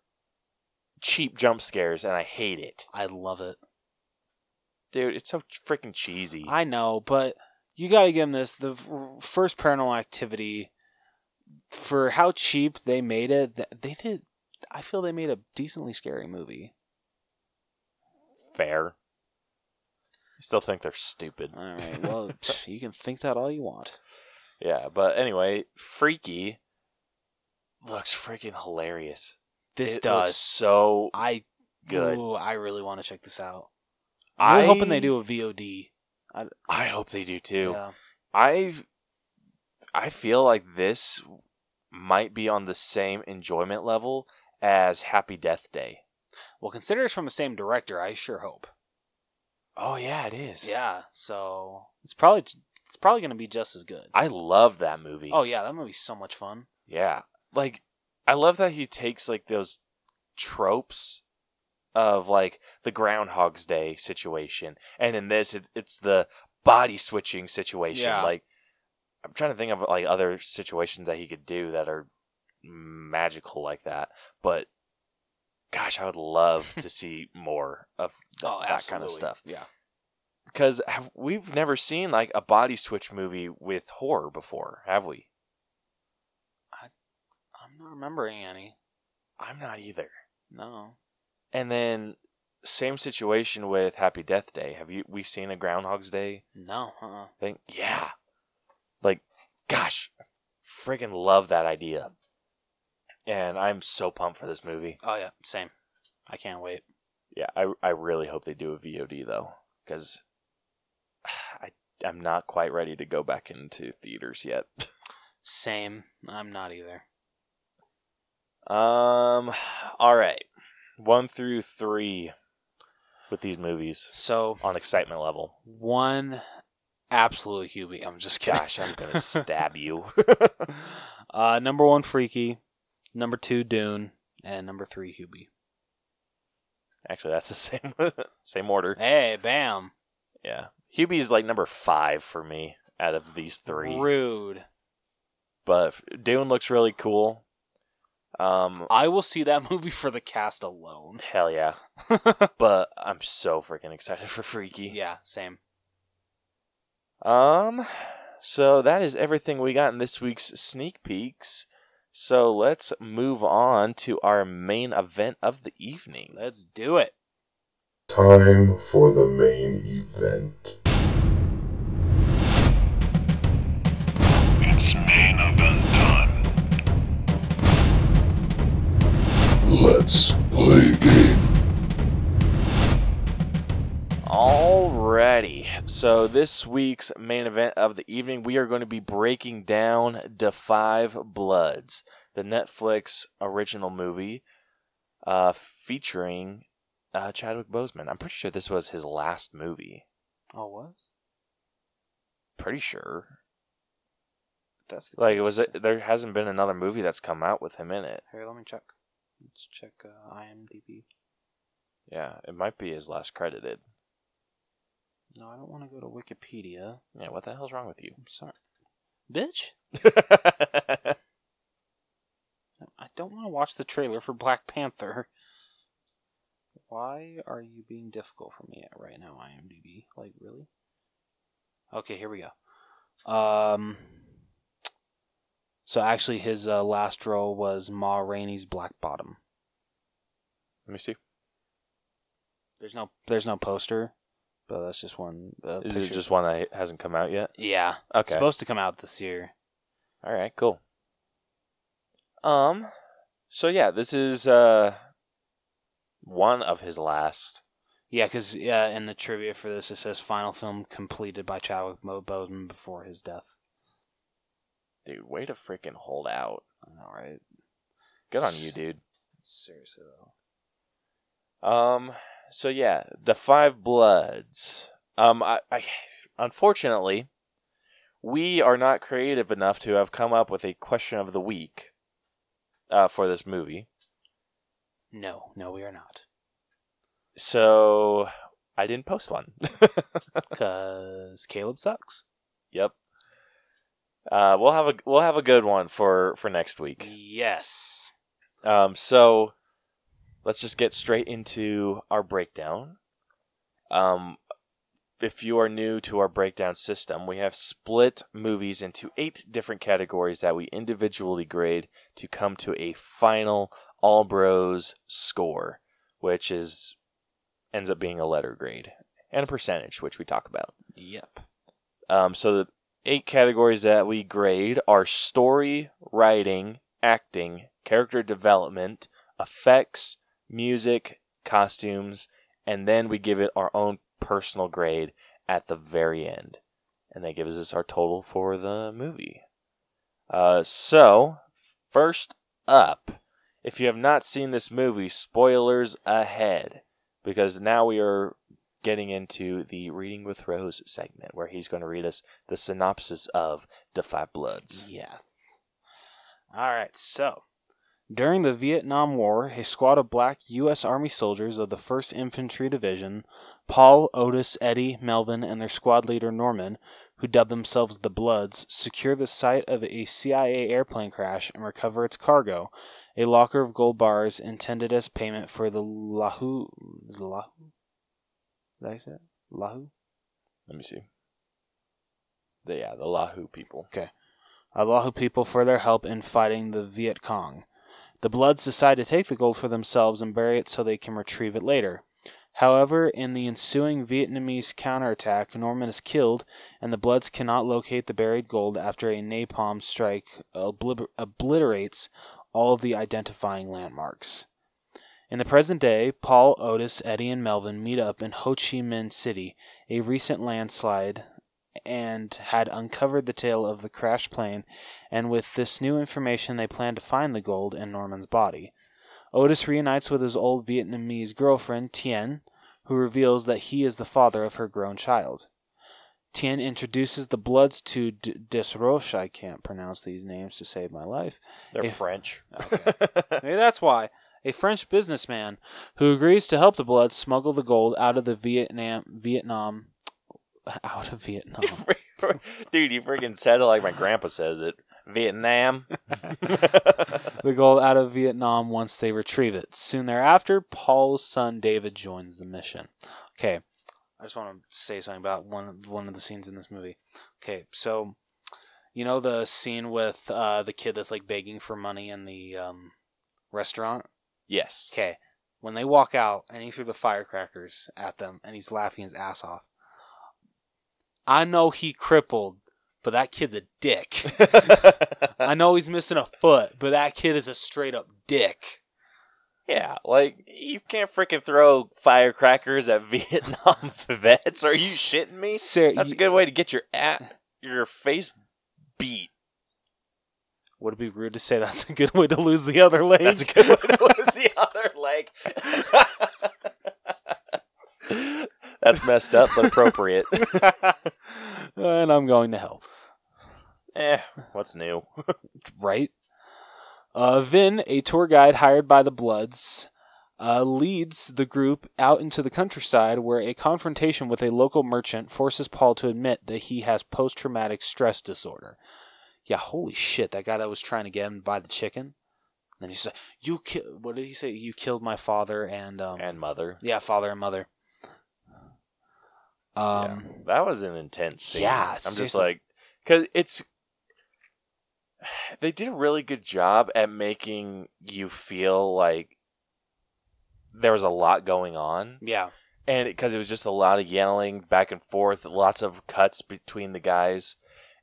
cheap jump scares, and I hate it, I love it. dude. It's so freaking cheesy. I know, but you got to give them this. The f- first Paranormal Activity, for how cheap they made it, th- they did. I feel they made a decently scary movie. Fair. I still think they're stupid. All right, well, pff, you can think that all you want. Yeah, but anyway, Freaky looks freaking hilarious. This It does. looks so I good. Ooh, I really want to check this out. I'm I really hoping they do a VOD. I hope they do too. Yeah. I I feel like this might be on the same enjoyment level as Happy Death Day. Well, consider it's from the same director. I sure hope. Oh yeah, it is. Yeah. So it's probably it's probably gonna be just as good. I love that movie. Oh yeah, that movie's so much fun. yeah. Like I love that he takes like those tropes of like the Groundhog's Day situation, and in this it, it's the body switching situation. Yeah. Like I'm trying to think of like other situations that he could do that are magical like that. But gosh, I would love to see more of th- that kind of Oh, absolutely. stuff Yeah. because have, we've never seen like a body switch movie with horror before, have we? I'm not remembering any. I'm not either. No. And then same situation with Happy Death Day. Have you we seen a Groundhog's Day No. Uh-uh. thing? Yeah. Like, gosh, I friggin' love that idea. And I'm so pumped for this movie. Oh yeah, same. I can't wait. Yeah, I, I really hope they do a VOD though, because I I'm not quite ready to go back into theaters yet. Same. I'm not either. um, all right, one through three with these movies So on excitement level. one absolute Hubie. I'm just kidding. Gosh, I'm gonna stab you. uh, number one, Freaky. Number two, Dune, and number three, Hubie. Actually, that's the same same order. Hey, bam! Yeah, Hubie's like number five for me out of these three. Rude. But Dune looks really cool. Um, I will see that movie for the cast alone. hell yeah! but I'm so freaking excited for Freaky. yeah, same. Um, so that is everything we got in this week's sneak peeks. So let's move on to our main event of the evening. Let's do it. Time for the main event. It's main event time. Let's play game. Alrighty. So this week's main event of the evening, we are going to be breaking down *The Five Bloods*, the Netflix original movie, uh, featuring uh, Chadwick Boseman. I'm pretty sure this was his last movie. Oh, what? Pretty sure. That's the Like, it was there hasn't been another movie that's come out with him in it. Here, let me check. Let's check uh, IMDb. Yeah, it might be his last credited. No, I don't want to go to Wikipedia. Yeah, what the hell's wrong with you? I'm sorry, bitch. I don't want to watch the trailer for Black Panther. Why are you being difficult for me right now, IMDb? Like, really? Okay, here we go. Um, so actually, his uh, last role was Ma Rainey's Black Bottom. Let me see. There's no, there's no poster, but that's just one. Uh, Is it picture. just one that hasn't come out yet? Yeah, it's Okay. supposed to come out this year. All right, cool. Um, so yeah, this is uh one of his last. Yeah, because uh, in the trivia for this, it says final film completed by Chadwick Mo- Boseman before his death. Dude, way to freaking hold out. I know, right? Good on you, dude. Seriously though. Um, so yeah, the Five Bloods. Um, I, I unfortunately, we are not creative enough to have come up with a question of the week uh, for this movie. No, no, we are not. So I didn't post one. Cause Caleb sucks. yep. Uh, we'll have a we'll have a good one for for next week. Yes. Um, so let's just get straight into our breakdown. Um, if you are new to our breakdown system, we have split movies into eight different categories that we individually grade to come to a final All Bros score, which is ends up being a letter grade and a percentage, which we talk about. Yep. Um, so the eight categories that we grade are story, writing, acting, character development, effects, music, costumes, and then we give it our own personal grade at the very end. And that gives us our total for the movie. Uh, so, first up, if you have not seen this movie, spoilers ahead. Because now we are getting into the Reading with Rose segment, where he's going to read us the synopsis of The Five Bloods. Yes. All right. So, During the Vietnam War, a squad of black U.S. Army soldiers of the 1st Infantry Division, Paul, Otis, Eddie, Melvin, and their squad leader Norman, who dubbed themselves the Bloods, secure the site of a CIA airplane crash and recover its cargo, a locker of gold bars intended as payment for the Lahu. Is it Lahu? Did I say it? Lahu? Let me see. The, yeah, the Lahu people. Allahu people for their help in fighting the Viet Cong. The Bloods decide to take the gold for themselves and bury it so they can retrieve it later. However, in the ensuing Vietnamese counterattack, Norman is killed, and the Bloods cannot locate the buried gold after a napalm strike obliter- obliterates all of the identifying landmarks. In the present day, Paul, Otis, Eddie, and Melvin meet up in Ho Chi Minh City, a recent landslide and had uncovered the tale of the crashed plane, and with this new information, they plan to find the gold and Norman's body. Otis reunites with his old Vietnamese girlfriend, Tien, who reveals that he is the father of her grown child. Tien introduces the Bloods to D- Desroches. I can't pronounce these names to save my life. They're If- French. Maybe that's why. A French businessman who agrees to help the Bloods smuggle the gold out of the Vietnam Vietnam out of Vietnam. Dude, you freaking said it like my grandpa says it. Vietnam. the gold out of Vietnam once they retrieve it. Soon thereafter, Paul's son David joins the mission. Okay, I just want to say something about one of, one of the scenes in this movie. Okay, so you know the scene with uh, the kid that's like begging for money in the um, restaurant. yes. Okay, when they walk out and he threw the firecrackers at them and he's laughing his ass off. I know he crippled, but that kid's a dick. I know he's missing a foot, but that kid is a straight up dick. yeah, like you can't freaking throw firecrackers at Vietnam vets. Are you shitting me? Ser- That's a good way to get your at your face beat. Would it be rude to say that's a good way to lose the other leg? That's a good way to lose the other leg. That's messed up, but appropriate. and I'm going to hell. eh, what's new? Right? Uh, Vin, a tour guide hired by the Bloods, uh, leads the group out into the countryside where a confrontation with a local merchant forces Paul to admit that he has post traumatic stress disorder. Yeah, holy shit, that guy that was trying to get him to buy the chicken. And then he said, You ki- what did he say? You killed my father and um And mother. Yeah, father and mother. Um yeah. That was an intense scene. Yeah, I'm just seriously. like, because it's. They did a really good job at making you feel like there was a lot going on. yeah. and because it, was just a lot of yelling back and forth, lots of cuts between the guys,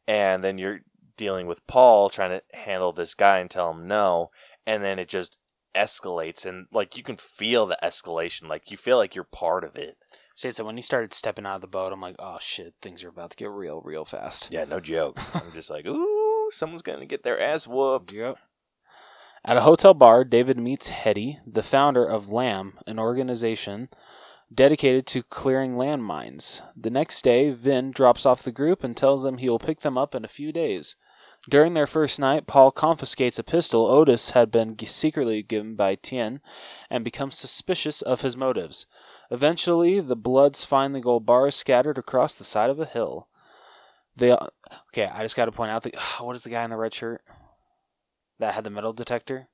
and then you're dealing with Paul trying to handle this guy and tell him no, and then it just escalates, and like you can feel the escalation, like you feel like you're part of it. See, so when he started stepping out of the boat, I'm like, oh shit, things are about to get real, real fast. Yeah, no joke. I'm just like, ooh, someone's gonna get their ass whooped. Yep. At a hotel bar, David meets Hetty, the founder of LAM, an organization dedicated to clearing landmines. The next day, Vin drops off the group and tells them he will pick them up in a few days. During their first night, Paul confiscates a pistol Otis had been g- secretly given by Tien and becomes suspicious of his motives. Eventually, the Bloods find the gold bars scattered across the side of a hill. They uh, okay. I just got to point out the what is the guy in the red shirt? that had the metal detector.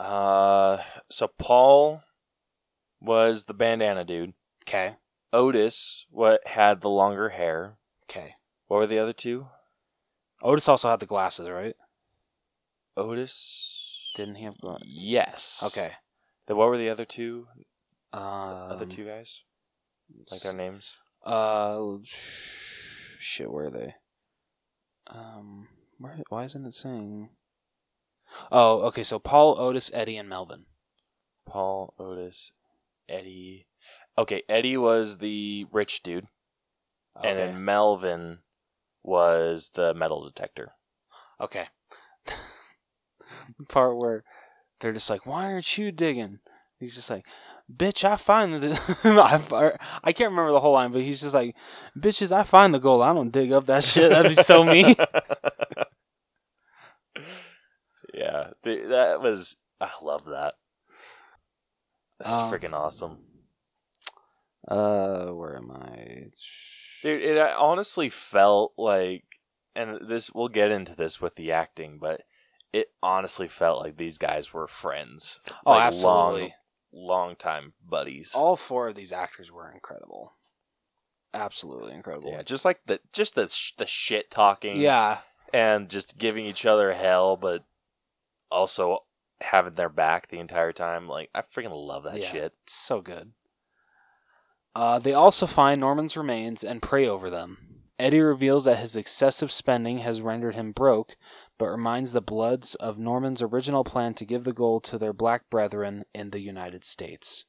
Uh, so Paul was the bandana dude. Okay. Otis, what had the longer hair? Okay. What were the other two? Otis also had the glasses, right? Otis. Didn't he have glasses? Yes. Okay. Then what were the other two? Um, other two guys? Like their names? Uh, sh- shit. Where are they? Um, where? Why isn't it saying? Oh, okay. So Paul, Otis, Eddie, and Melvin. Paul, Otis, Eddie. Okay, Eddie was the rich dude, Okay. and then Melvin was the metal detector. okay. Part where they're just like, "Why aren't you digging?" He's just like, "Bitch, I find the." I, fi- I can't remember the whole line, but he's just like, "Bitches, I find the gold. I don't dig up that shit. That'd be so mean." yeah, Dude, that was I love that. That's Um, freaking awesome. Uh, where am I? Dude, it I honestly felt like, and this we'll get into this with the acting, but it honestly felt like these guys were friends. oh, like, absolutely. Long, long time buddies. All four of these actors were incredible. Absolutely incredible. yeah, just like the just the sh- the shit talking, Yeah. and just giving each other hell, but also having their back the entire time. Like I freaking love that Yeah. shit. So good. Uh, they also find Norman's remains and pray over them. Eddie reveals that his excessive spending has rendered him broke, but reminds the Bloods of Norman's original plan to give the gold to their black brethren in the United States.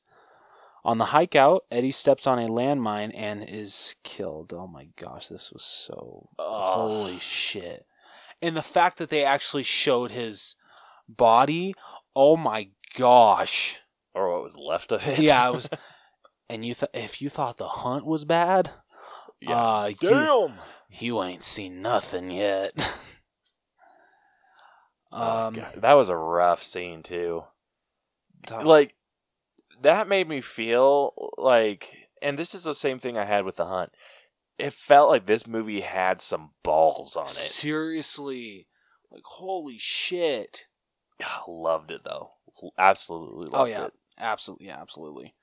On the hike out, Eddie steps on a landmine and is killed. Oh my gosh, this was so. Oh. Holy shit. And the fact that they actually showed his body, oh my gosh Or what was left of it? yeah, I was. uh, And you, th- if you thought the hunt was bad, Yeah. uh, you, Damn. you ain't seen nothing yet. Oh, um, God. that was a rough scene too. dog- like that made me feel like and this is the same thing i had with the hunt it felt like this movie had some balls on it seriously, like holy shit! Ah, loved it though absolutely loved Oh yeah, it absolutely, yeah, absolutely.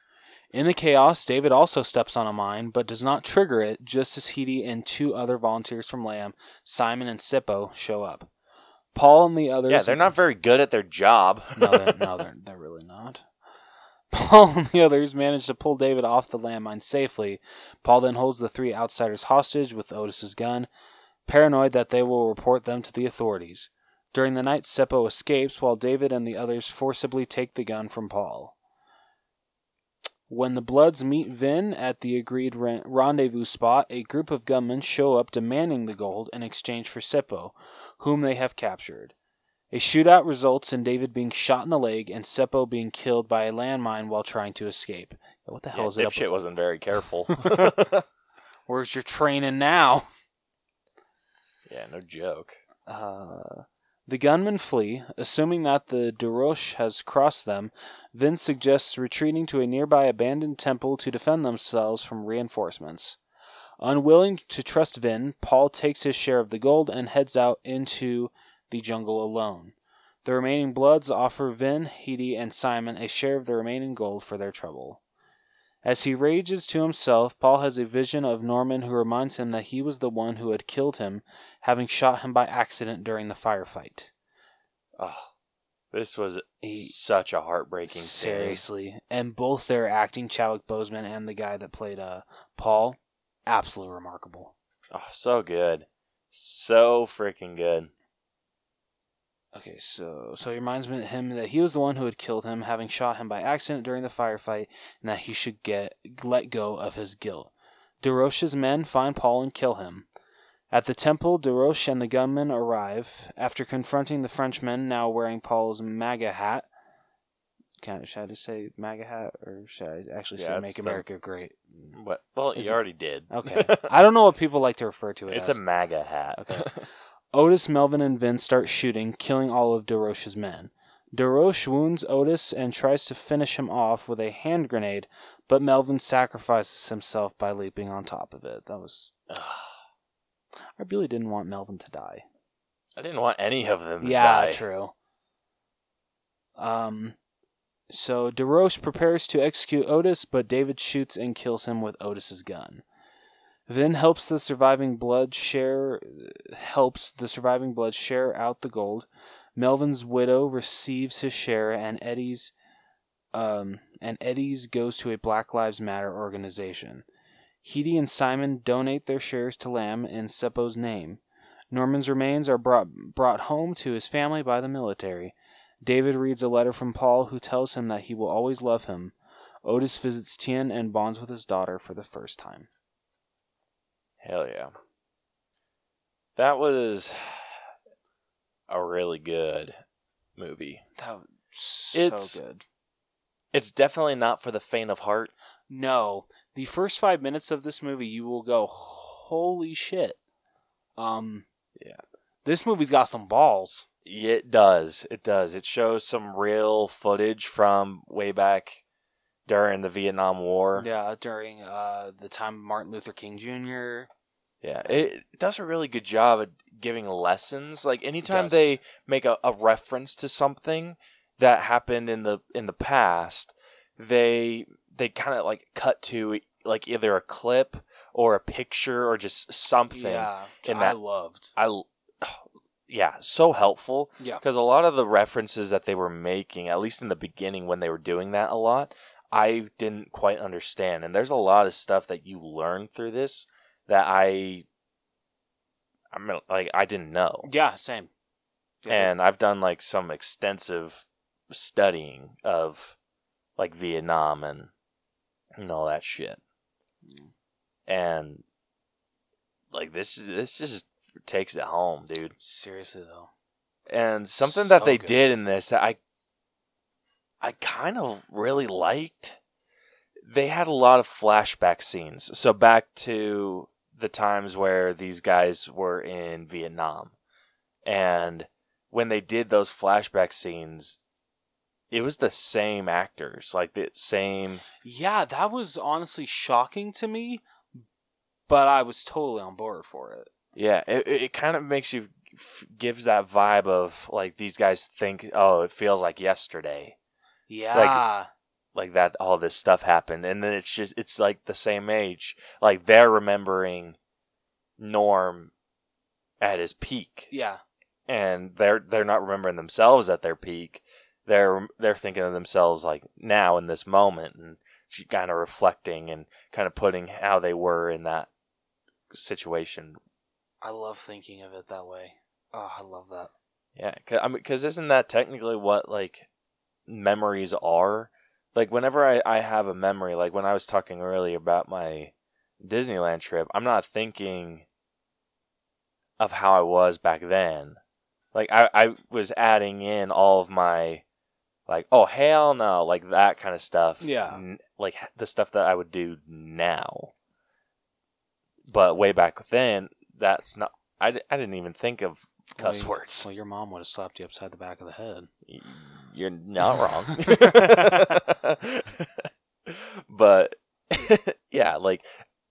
In the chaos, David also steps on a mine, but does not trigger it. Just as Heedy and two other volunteers from Lamb, Simon and Sippo, show up. Paul and the others. yeah they're not very good at their job no, they're, no, they're, they're really not. Paul and the others manage to pull David off the landmine safely. Paul then holds the three outsiders hostage with Otis's gun, paranoid that they will report them to the authorities. During the night, Seppo escapes while David and the others forcibly take the gun from Paul. When the Bloods meet Vin at the agreed ren- rendezvous spot, a group of gunmen show up demanding the gold in exchange for Seppo, whom they have captured. A shootout results in David being shot in the leg and Seppo being killed by a landmine while trying to escape. What the hell yeah, is it up? dipshit wasn't very careful Where's your training now? yeah no joke Uh, the gunmen flee, assuming that the Duroche has crossed them. Vin suggests retreating to a nearby abandoned temple to defend themselves from reinforcements. Unwilling to trust Vin, Paul takes his share of the gold and heads out into the jungle alone. The remaining Bloods offer Vin, Heedy, and Simon a share of the remaining gold for their trouble. As he rages to himself, Paul has a vision of Norman who reminds him that he was the one who had killed him having shot him by accident during the firefight. oh, this was He- such a heartbreaking scene Seriously. And both their acting, Chadwick Boseman and the guy that played uh, Paul, absolutely remarkable. oh, so good so freaking good Okay, so so he reminds me him that he was the one who had killed him, having shot him by accident during the firefight, and that he should get let go of his guilt. DeRoche's men find Paul and kill him. At the temple, DeRoche and the gunmen arrive. After confronting the Frenchman, now wearing Paul's MAGA hat, can, should I just say MAGA hat, or should I actually Yeah, say it's Make the- America Great? but well Is you it- already did Okay, I don't know what people like to refer to it it's as. a maga hat Okay. Otis, Melvin, and Vin start shooting, killing all of DeRoche's men. DeRoche wounds Otis and tries to finish him off with a hand grenade, but Melvin sacrifices himself by leaping on top of it. That was. I really didn't want Melvin to die. I didn't want any of them to yeah, die. true. Um, so DeRoche prepares to execute Otis, but David shoots and kills him with Otis's gun. Vin helps the surviving blood share helps the surviving blood share out the gold. Melvin's widow receives his share, and Eddie's um, and Eddie's goes to a Black Lives Matter organization. Heedy and Simon donate their shares to Lamb in Seppo's name. Norman's remains are brought brought home to his family by the military. David reads a letter from Paul, who tells him that he will always love him. Otis visits Tien and bonds with his daughter for the first time. Hell yeah. That was a really good movie. That was It's- good. It's definitely not for the faint of heart. No, the first five minutes of this movie, you will go, "Holy shit!" Um, Yeah. this movie's got some balls. It does. It does. It shows some real footage from way back during the Vietnam War. Yeah, during uh, the time of Martin Luther King Jr. Yeah, it does a really good job at giving lessons. Like anytime does. they make a, a reference to something that happened in the in the past, they they kind of like cut to like either a clip or a picture or just something. Yeah, which And I that- loved. I l- yeah, so helpful Yeah, because a lot of the references that they were making, at least in the beginning when they were doing that a lot, I didn't quite understand. And there's a lot of stuff that you learn through this that I, I'm gonna- like I didn't know. yeah, same. Yeah, And I've done like some extensive studying of like Vietnam and and all that shit. Mm. And like this, this just takes it home, dude seriously though, and something that So they good. did in this that I I kind of really liked. They had a lot of flashback scenes. So back to the times where these guys were in Vietnam. And when they did those flashback scenes, it was the same actors, like the same yeah, that was honestly shocking to me, but I was totally on board for it. Yeah, it, it it kind of makes you f- gives that vibe of like these guys think, oh, it feels like yesterday. Yeah, like that all this stuff happened and then it's just it's like the same age like they're remembering norm at his peak yeah, and they're they're not remembering themselves at their peak they're they're thinking of themselves like now in this moment and kind of reflecting and kind of putting how they were in that situation I love thinking of it that way. Oh, I love that. Yeah, cause, I mean, because isn't that technically what like memories are? Like whenever I, I have a memory, like when I was talking earlier about my Disneyland trip, I'm not thinking of how I was back then. Like I, I was adding in all of my like oh hell no like that kind of stuff. Yeah. N- like the stuff that I would do now. But way back then, that's not. I, di- I didn't even think of cuss Well, you- words. Well, your mom would have slapped you upside the back of the head. You're not wrong. but yeah, like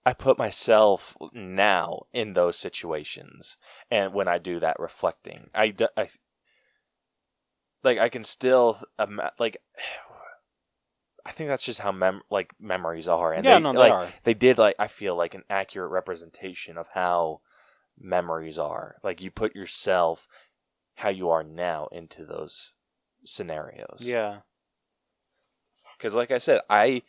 I put myself now in those situations and when I do that reflecting, I, d- I- like I can still ima- like I think that's just how mem- like memories are and yeah, they, no, they like are. they did like I feel like an accurate representation of how memories are. Like you put yourself how you are now into those scenarios. Yeah, Cuz like I said, I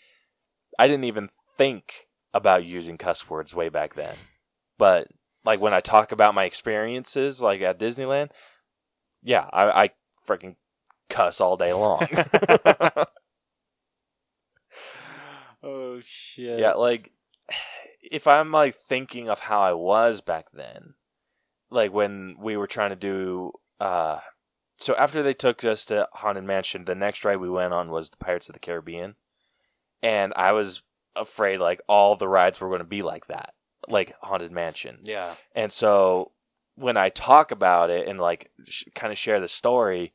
I didn't even think about using cuss words way back then. But like when I talk about my experiences like at Disneyland, yeah, I I freaking cuss all day long. Oh shit. Yeah, like if I'm like thinking of how I was back then, like when we were trying to do uh so after they took us to Haunted Mansion, the next ride we went on was the Pirates of the Caribbean. And I was afraid like all the rides were going to be like that, like Haunted Mansion. Yeah. And so when I talk about it and like sh- kind of share the story,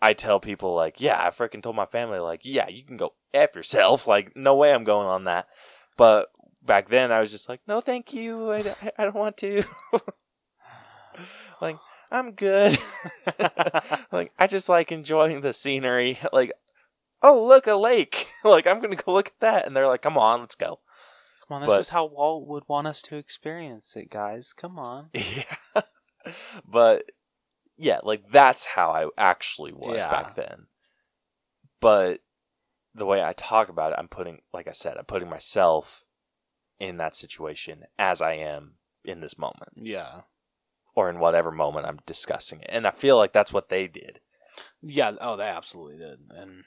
I tell people like, yeah, I freaking told my family like, yeah, you can go f yourself. Like, no way I'm going on that. But back then I was just like, no, thank you. I, don't- I don't want to. like, I'm good. like, I just like enjoying the scenery. Like, oh, look, a lake. like, I'm going to go look at that. And they're like, come on, let's go. Come on, this But- is how Walt would want us to experience it, guys. Come on. Yeah. but yeah, like that's how I actually was Yeah. back then. But the way I talk about it, I'm putting like I said, I'm putting myself in that situation as I am in this moment Yeah. or in whatever moment I'm discussing it. And I feel like that's what they did. Yeah. Oh, they absolutely did, and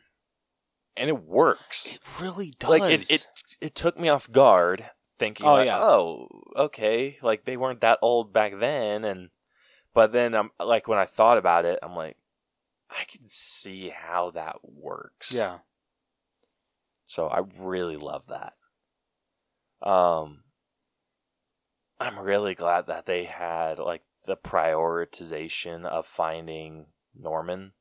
And it works. it really does. like it, it it took me off guard thinking Oh, like, yeah. oh okay like they weren't that old back then and but then i'm like when i thought about it i'm like i can see how that works yeah. so i really love that um i'm really glad that they had like the prioritization of finding Norman.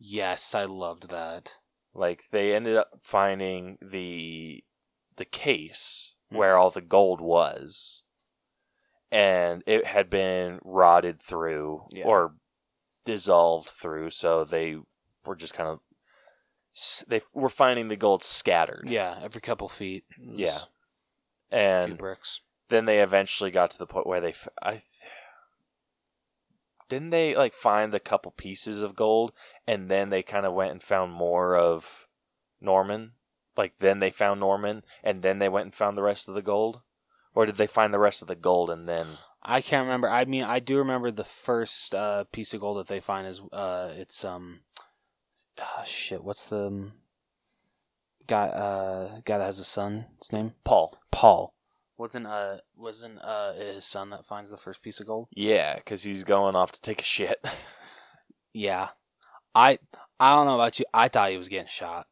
Yes, I loved that. Like they ended up finding the the case Hmm. where all the gold was, and it had been rotted through Yeah. or dissolved through. So they were just kind of s- they were finding the gold scattered. Yeah, every couple feet. was Yeah. A few and bricks. then they eventually got to the point where they f- I didn't they like find the couple pieces of gold and then they kind of went and found more of Norman like then they found Norman and then they went and found the rest of the gold or did they find the rest of the gold and then I can't remember. I mean, I do remember the first uh, piece of gold that they find is uh, it's um, ah, shit. What's the um, guy? Uh, guy that has a son. His name Paul Paul. Wasn't uh, wasn't uh, his son that finds the first piece of gold? yeah cuz he's going off to take a shit Yeah, I I don't know about you. I thought he was getting shot.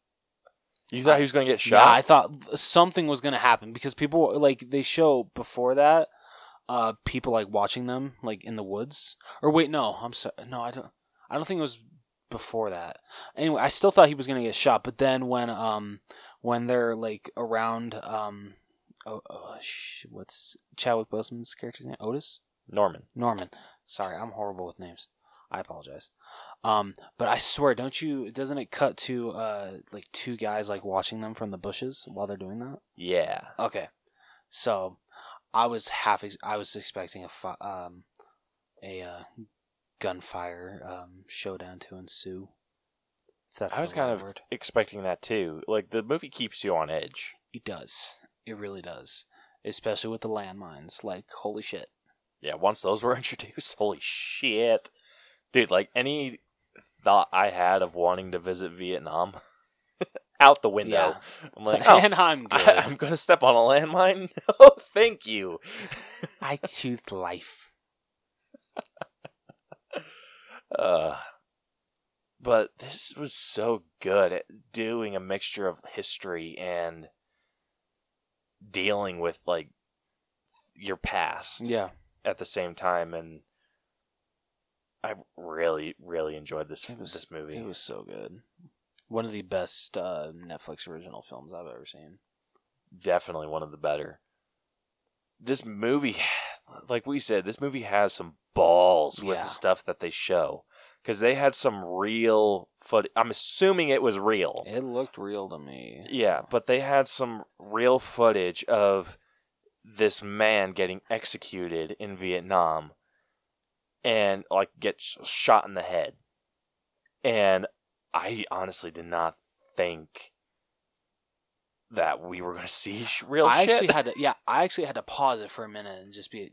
you thought he was going to get Yeah, shot I thought something was gonna happen because people like they show before that, uh, people like watching them like in the woods. Or wait, no, I'm sorry, no, I don't, I don't think it was before that. Anyway, I still thought he was gonna get shot, but then when um when they're like around um oh, oh sh- what's Chadwick Boseman's character's name Otis Norman Norman. Sorry, I'm horrible with names. I apologize. Um, but I swear, don't you? Doesn't it cut to uh like two guys like watching them from the bushes while they're doing that? yeah Okay, so I was half. Ex- I was expecting a fi- um a uh, gunfire um showdown to ensue. If that's I was the kind right of word. expecting that too like the movie keeps you on edge It does. It really does. Especially with the landmines. Like holy shit. Yeah, once those were introduced, holy shit. Dude, like any thought I had of wanting to visit Vietnam out the window. I'm like, oh, and I'm good. I, am going to step on a landmine? No, thank you. I choose life. Uh, but this was so good at doing a mixture of history and dealing with like your past. Yeah. at the same time and I really really enjoyed this It was- this movie. It was so good. One of the best uh, Netflix original films I've ever seen. Definitely one of the better. This movie like we said this movie has some balls with Yeah. the stuff that they show cuz they had some real foot I'm assuming it was real. It looked real to me. Yeah, but they had some real footage of this man getting executed in Vietnam and like gets shot in the head. And I honestly did not think that we were going to see sh- real I shit. actually had to. Yeah, I actually had to pause it for a minute and just be.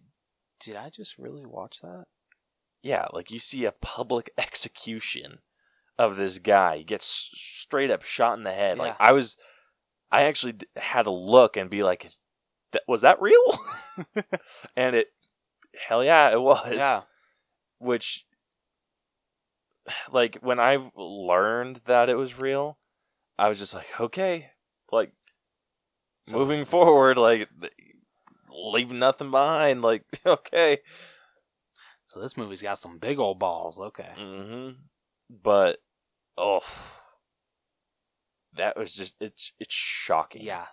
Did I just really watch that? yeah, like you see a public execution of this guy. He gets s- straight up shot in the head. Like Yeah. I was, I actually d- had to look and be like, Is that, was that real? and it, hell yeah, it was. yeah. Which, like, when I learned that it was real, I was just like, okay, like, So- moving forward, like, th- leave nothing behind. Like, okay. So this movie's got some big old balls. Okay. hmm But oh, that was just it's it's shocking. Yeah.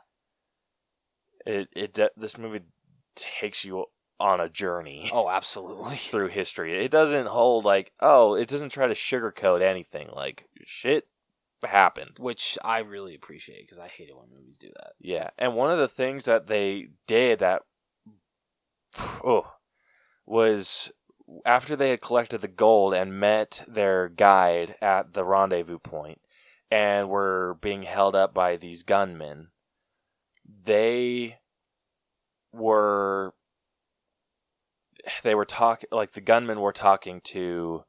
It it de- this movie takes you on a journey Oh, absolutely. through history. It doesn't hold like oh, it doesn't try to sugarcoat anything. Like shit happened. Which I really appreciate because I hate it when movies do that. Yeah, and one of the things that they did that oh was after they had collected the gold and met their guide at the rendezvous point and were being held up by these gunmen, they were they were talking like the gunmen were talking to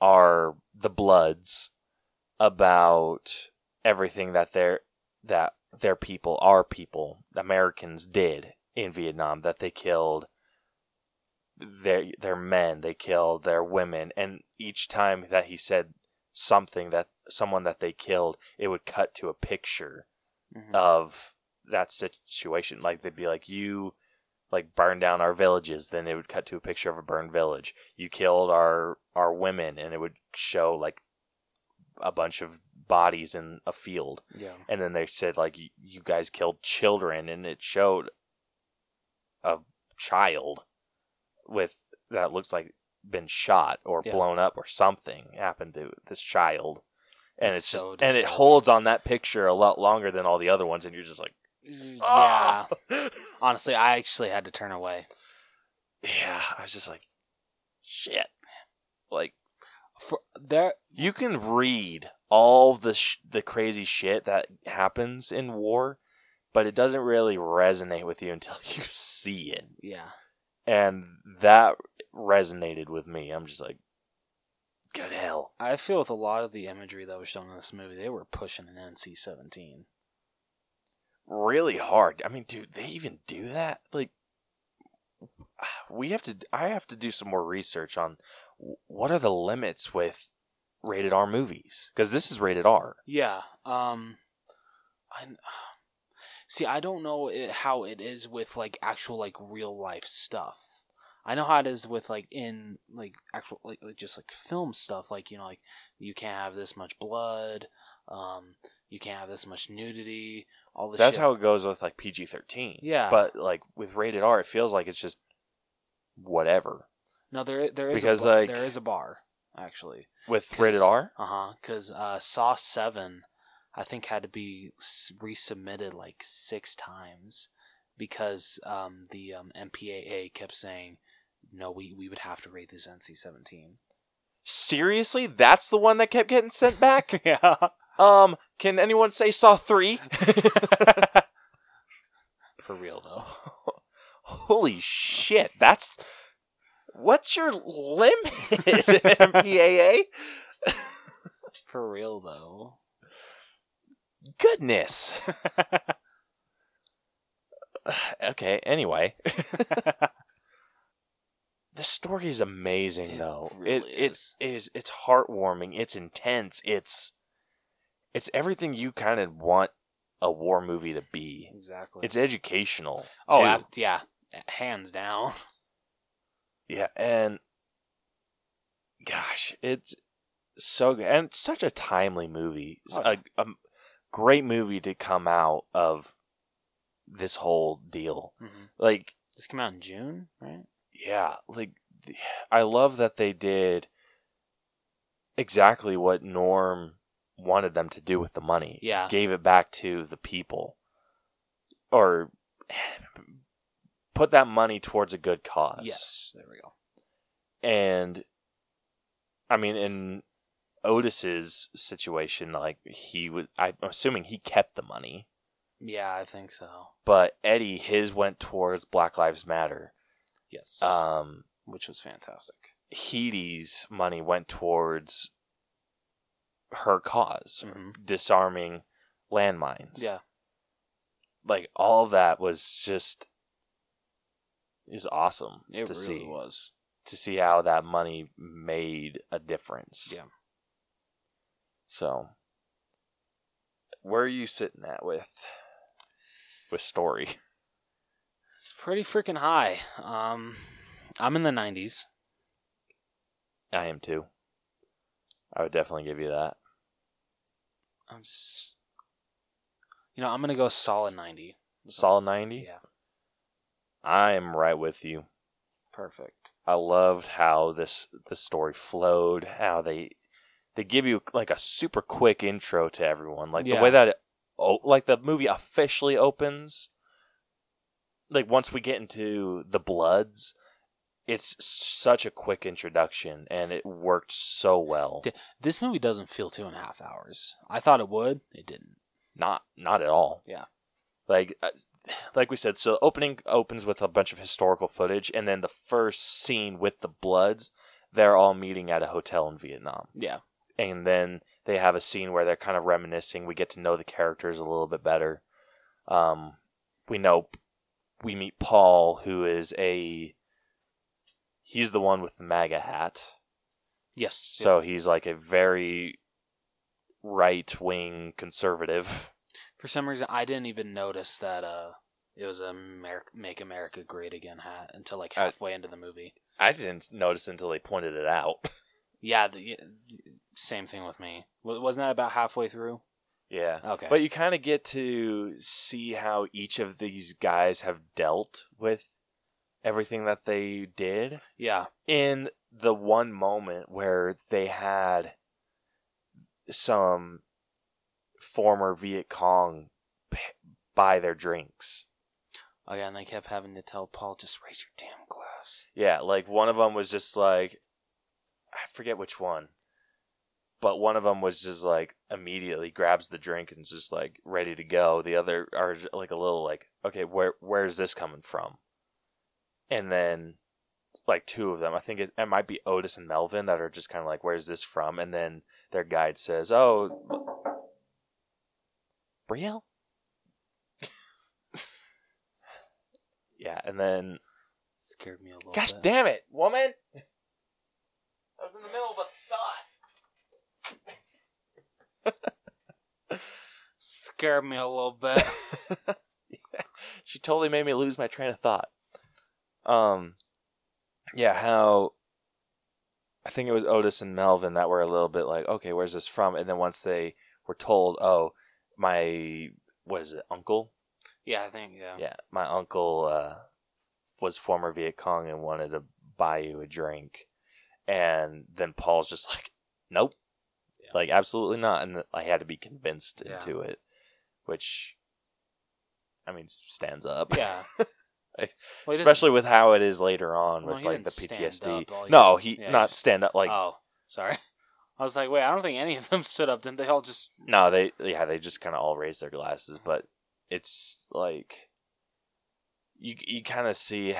our the bloods about everything that their that their people our people Americans did in Vietnam that they killed their their men they killed their women and each time that he said something that someone that they killed it would cut to a picture Mhm. Uh. of that situation. Like they'd be like, you, like burn down our villages, then it would cut to a picture of a burned village. You killed our our women, and it would show like a bunch of bodies in a field. Yeah. And then they said like "You- you guys killed children, and it showed a child with that looks like been shot or Yeah. blown up or something happened to this child. And it's, It's so just and it disturbing. holds on that picture a lot longer than all the other ones, and you're just like, Yeah. ah! Honestly, I actually had to turn away. yeah. I was just like, shit. Like For there, you can read all the sh- the crazy shit that happens in war, but it doesn't really resonate with you until you see it, yeah. and that resonated with me. I'm just like, good hell. I feel with a lot of the imagery that was shown in this movie, they were pushing an NC-17. really hard. I mean, dude, they even do that? Like, we have to. I have to do some more research on w- what are the limits with rated R movies because this is rated R. Yeah. Um, I see. I don't know it, how it is with like actual like real life stuff. I know how it is with like in like actual like like, just like film stuff. Like you know, like you can't have this much blood. Um, you can't have this much nudity. All this. That's shit. how it goes with like PG thirteen. Yeah. but like with rated R, it feels like it's just whatever. No, there there is Because, a bar, like- there is a bar actually. With 'Cause- rated R, Uh huh. Because uh, Saw Seven, I think had to be s- resubmitted like six times because um, the um, MPAA kept saying, "No, we we would have to rate this NC seventeen. seriously, that's the one that kept getting sent back. yeah. um, can anyone say Saw three? For real though. Holy shit! That's what's your limit, MPAA? For real though. Goodness. okay. Anyway, this story is amazing, It though. really it it's is it's heartwarming. It's intense. It's it's everything you kind of want a war movie to be. exactly. It's educational. oh too. ab- yeah, hands down. Yeah, and gosh, it's so good and such a timely movie. It's Oh, yeah. A, a great movie to come out of this whole deal. Mhm. Like, This came out in June, right? yeah, like th- I love that they did exactly what Norm wanted them to do with the money. Yeah. Gave it back to the people or put that money towards a good cause Yes. There we go. and I mean, in Otis's situation, like he was, I'm assuming he kept the money, Yeah, I think so. but Eddie, his went towards Black Lives Matter. Yes. Um, Which was fantastic. Heidi's money went towards her because disarming landmines. mm-hmm. Yeah. like all that was just is awesome It to really see was. to see how that money made a difference. Yeah. So, where are you sitting at with with story? It's pretty freaking high. Um, I'm in the 90s. I am too. I would definitely give you that. I'm s You know, I'm going to go solid 90. Solid ninety. Yeah. I am right with you. Perfect. I loved how this the story flowed. How they they give you like a super quick intro to everyone, like the Yeah. way that it, oh, like the movie officially opens. Like once we get into the Bloods, it's such a quick introduction, and it worked so well. Di- This movie doesn't feel two and a half hours. I thought it would. It didn't. not not at all. Yeah. like uh, like we said. So the opening opens with a bunch of historical footage, and then the first scene with the Bloods. They're all meeting at a hotel in Vietnam. Yeah. and then they have a scene where they're kind of reminiscing. We get to know the characters a little bit better. Um, we know we meet Paul, who is a he's the one with the MAGA hat, Yes. so he's like a very right wing conservative. for some reason, I didn't even notice that uh, It was a Mer- "Make America Great Again" hat until like Uh, halfway into the movie. I didn't notice until they pointed it out. Yeah, the, y- same thing with me. W- Wasn't that about halfway through? yeah. Okay. But you kind of get to see how each of these guys have dealt with everything that they did yeah, in the one moment where they had some former Viet Cong p- buy their drinks. oh yeah, and they kept having to tell Paul, "Just raise your damn glass." Yeah, like one of them was just like, I forget which one, but one of them was just like immediately grabs the drink and is just like ready to go. The other are j- like a little like, okay, where where's this coming from? And then like two of them, I think it, it might be Otis and Melvin that are just kind of like, where's this from? And then their guide says, oh, Brielle. yeah, and then Scared me a little. Gosh bit. damn it, woman! I was in the middle of a thought. Scared me a little bit. She totally made me lose my train of thought. Um, yeah, how I think it was Otis and Melvin that were a little bit like, okay, where's this from? And then once they were told, oh, my what is it, uncle? yeah, I think yeah. Yeah, my uncle uh, was former Viet Cong and wanted to buy you a drink, and then Paul's just like, nope, Yeah. like absolutely not, and I had to be convinced Yeah. into it, which, I mean, s- stands up, Yeah. Like, Well, he doesn't- especially with how it is later on Well, with he like the didn't stand PTSD. up, all he no, did- he yeah, he not just- stand up like oh, sorry. I was like, wait, I don't think any of them stood up. Didn't they all just? no, they yeah they just kind of all raise their glasses, but it's like you you kind of see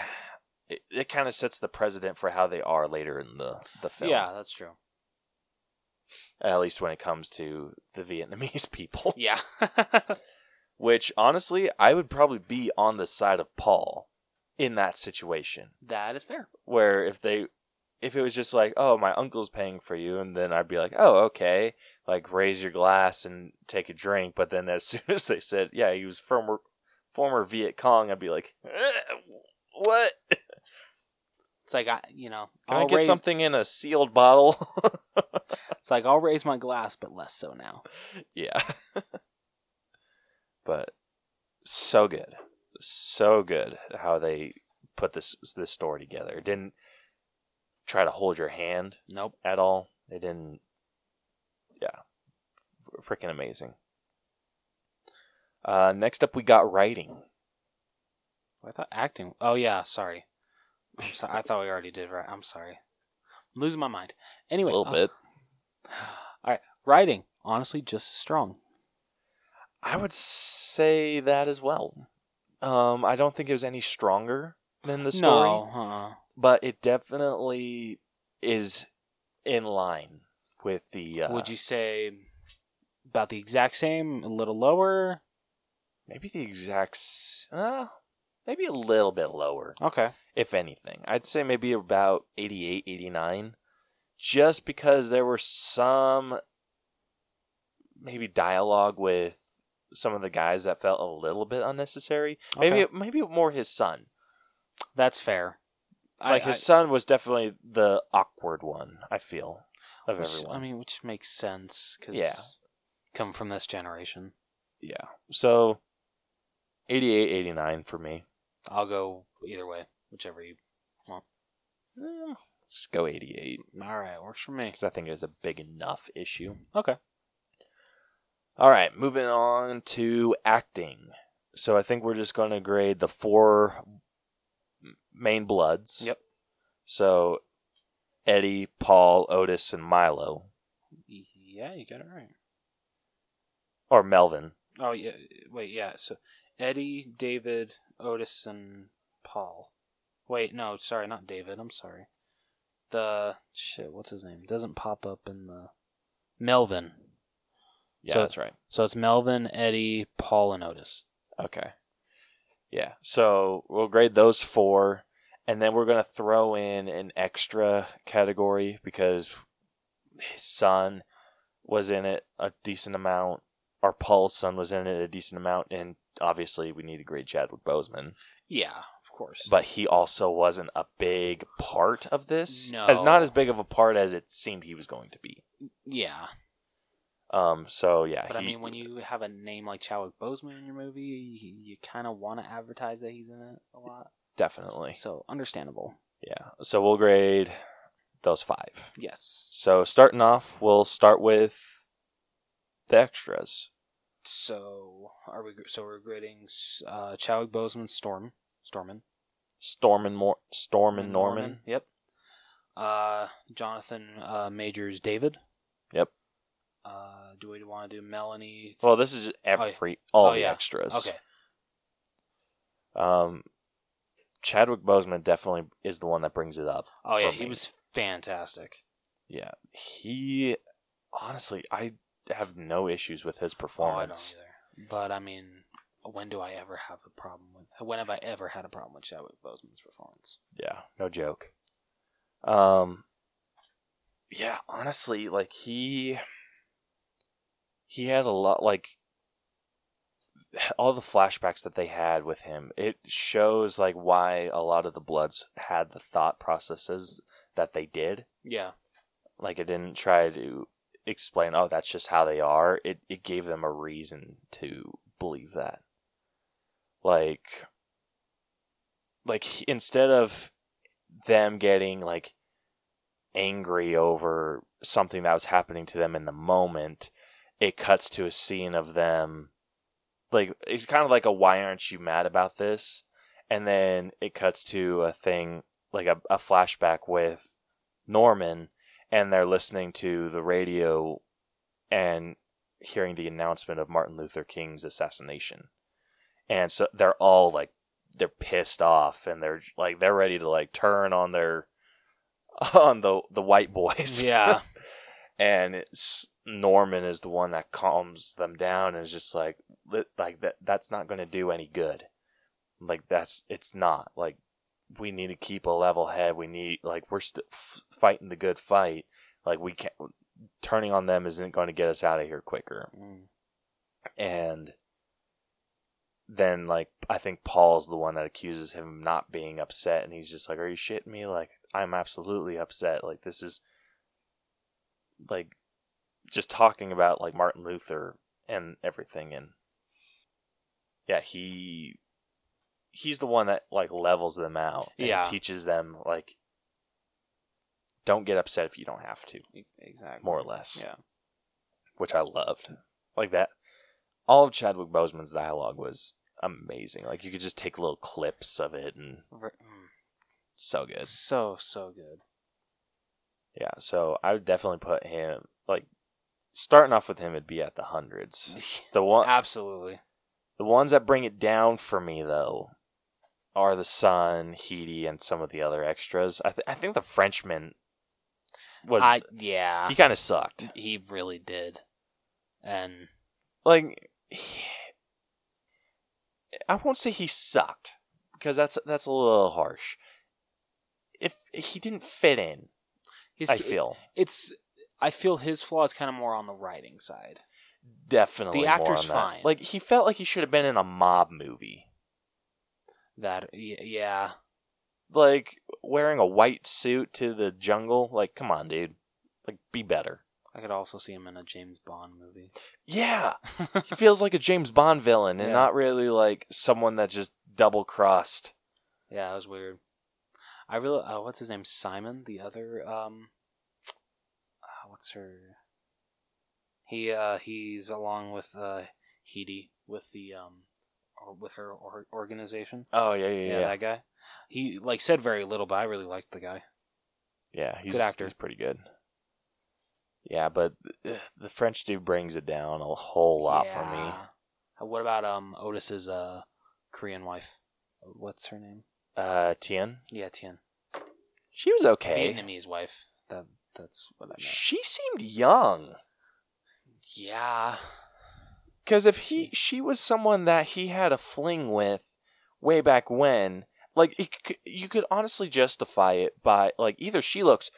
it, it kind of sets the precedent for how they are later in the the film. Yeah, that's true. at least when it comes to the Vietnamese people. Yeah. Which honestly, I would probably be on the side of Paul in that situation that is fair. where if they if it was just like oh my uncle's paying for you and then i'd be like oh okay like raise your glass and take a drink but then as soon as they said yeah he was former former viet cong i'd be like "Eh, what can It's like I, you know, i I'll get raise, something in a sealed bottle It's like I'll raise my glass, but less so now. yeah but so good so good how they put this this story together it didn't try to hold your hand Nope. at all. They didn't. Yeah, freaking amazing. Uh, next up, we got writing. I thought acting. Oh yeah, sorry. I'm so, I thought we already did. Right. I'm sorry. I'm losing my mind. Anyway, a little uh, bit. Writing, honestly, just as strong. I would say that as well. Um, I don't think it was any stronger than the story, No, uh-uh. but it definitely is in line with the. Uh, Would you say about the exact same? A little lower. maybe the exact? s- Uh, maybe a little bit lower. Okay. if anything. I'd say maybe about 88, 89, just because there were some maybe dialogue with some of the guys that felt a little bit unnecessary. Maybe Okay. maybe more his son. that's fair. I- Like I- his son was definitely the awkward one, I feel, of Which- everyone. I mean, which makes sense because Yeah. come from this generation. yeah. So 88, 89 for me. I'll go either way, whichever you. Mm, Eh, Let's go 88 All right, works for me. because I think it is a big enough issue. Okay. All right, moving on to acting. So I think we're just going to grade the four m- main bloods. Yep. So Eddie, Paul, Otis, and Milo, Yeah, you got it right. or Melvin. Oh yeah, wait, yeah. So Eddie, David, Otis, and Paul. Wait, no, sorry, not David. I'm sorry. The shit, what's his name? Doesn't pop up in the Melvin. So- right. So it's Melvin, Eddie, Paul, and Otis. Okay. Yeah. So we'll grade those four, and then we're gonna throw in an extra category because his son was in it a decent amount, or Paul's son was in it a decent amount, and obviously we need to grade Chadwick Boseman, Yeah, of course. but he also wasn't a big part of this. No. As not as big of a part as it seemed he was going to be. yeah, Um. So yeah. but I he- mean, when you have a name like Chadwick Boseman in your movie, you, you kind of want to advertise that he's in it a lot. definitely. So understandable. Yeah. So we'll grade those five. Yes. So starting off, we'll start with the extras. So are we? So we're grading uh, Chadwick Boseman, Storm, Storman, Storm and Mor- Storm and Norman. Yep. Uh, Jonathan uh, Majors, David. Yep. Uh, do we want to do Melanie? Well, this is yeah. every all Oh, the yeah. extras. okay. Um, Chadwick Boseman definitely is the one that brings it up. Oh yeah, for he me. was fantastic. Yeah, he honestly, I have no issues with his Oh, I don't performance. either. But I mean, when do I ever have a problem with? When have I ever had a problem with Chadwick Boseman's performance? yeah, no joke. Um, yeah, honestly, like he he had a lot like all the flashbacks that they had with him. It shows like why a lot of the Bloods had the thought processes that they did. Yeah. like it didn't try to explain oh that's just how they are it, it gave them a reason to believe that like like he- instead of them getting like angry over something that was happening to them in the moment it cuts to a scene of them like it's kind of like a why aren't you mad about this and then it cuts to a thing like a, a flashback with norman and they're listening to the radio and hearing the announcement of Martin Luther King's assassination. And so they're all like they're pissed off and they're like they're ready to like turn on their on the the white boys. Yeah. and it's Norman is the one that calms them down and is just like li- like that that's not going to do any good. Like that's it's not like we need to keep a level head. We need like we're still f- fighting the good fight. Like we can't turning on them isn't going to get us out of here quicker. Mm. And then like I think Paul's the one that accuses him of not being upset, and he's just like, "Are you shitting me? Like I'm absolutely upset. Like this is like just talking about like Martin Luther and everything and yeah, he he's the one that like levels them out and Yeah. teaches them like don't get upset if you don't have to, Ex- Exactly. more or less. Yeah. Which I loved. Like that all of Chadwick Boseman's dialogue was amazing. Like you could just take little clips of it and Ver- mm. so good. So so good. Yeah, so I would definitely put him like starting off with him it'd be at the hundreds. The one Absolutely. The ones that bring it down for me though are the Sun, Heedy, and some of the other extras. I, th- I think the Frenchman was I yeah. he He, kind of sucked. really did. And Like he- I won't say he sucked because that's that's a little harsh. If he didn't fit in, his, I feel it's. I feel his flaw is kind of more on the writing side. definitely the more actor's on that. fine. Like he felt like he should have been in a mob movie. That y- yeah. Like wearing a white suit to the jungle. Like come on, dude. Like be better. I could also see him in a James Bond movie. Yeah. he feels like a James Bond villain and Yeah. not really like someone that just double crossed. Yeah, it was weird. I really uh, what's his name? Simon, the other um uh, what's her He uh he's along with uh Heidi with the um or with her or- organization. Oh yeah, yeah, Yeah, yeah. Yeah, that guy. He like said very little, but I really liked the guy. he's Good actor. He's pretty good. Yeah, but ugh, the French dude brings it down a whole lot for me. for me. What about um Otis's uh Korean wife? What's her name? Uh, Tien, Yeah, Tian. she was okay. Vietnamese wife. That that's what I meant. She seemed young Yeah. because if he she was someone that he had a fling with way back when, like it, c- you could honestly justify it by like either she looks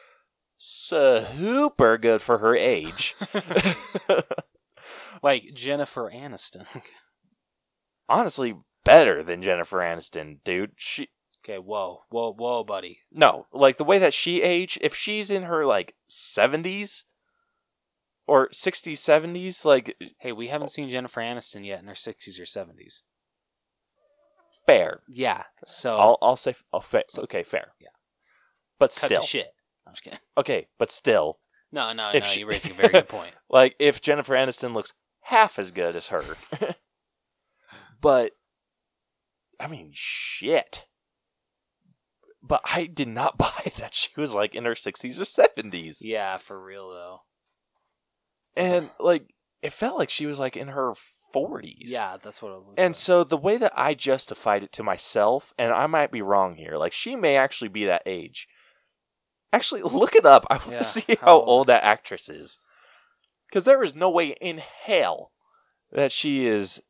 super good for her age. like Jennifer Aniston. honestly better than Jennifer Aniston, dude. She Okay, whoa, whoa, whoa, buddy. no, like the way that she aged, if she's in her like 70s or 60s, 70s, like Hey, we Oh. haven't seen Jennifer Aniston yet in her sixties or seventies. fair. Yeah, so I'll I'll say I'll fa- okay, fair. Uh, Yeah. But cut still. the shit. I'm just kidding. Okay, but still. No, no, If no. she- You're raising a very good point. Like if Jennifer Aniston looks half as good as her. but I mean shit. But I did not buy that she was like in her 60s or 70s. Yeah, for real though. And like it felt like she was like in her 40s. Yeah, that's what it looked And like. so the way that I justified it to myself, and I might be wrong here, like she may actually be that age. Actually, look it up. I want to Yeah, see how how old- old that actress is. Because there is no way in hell that she is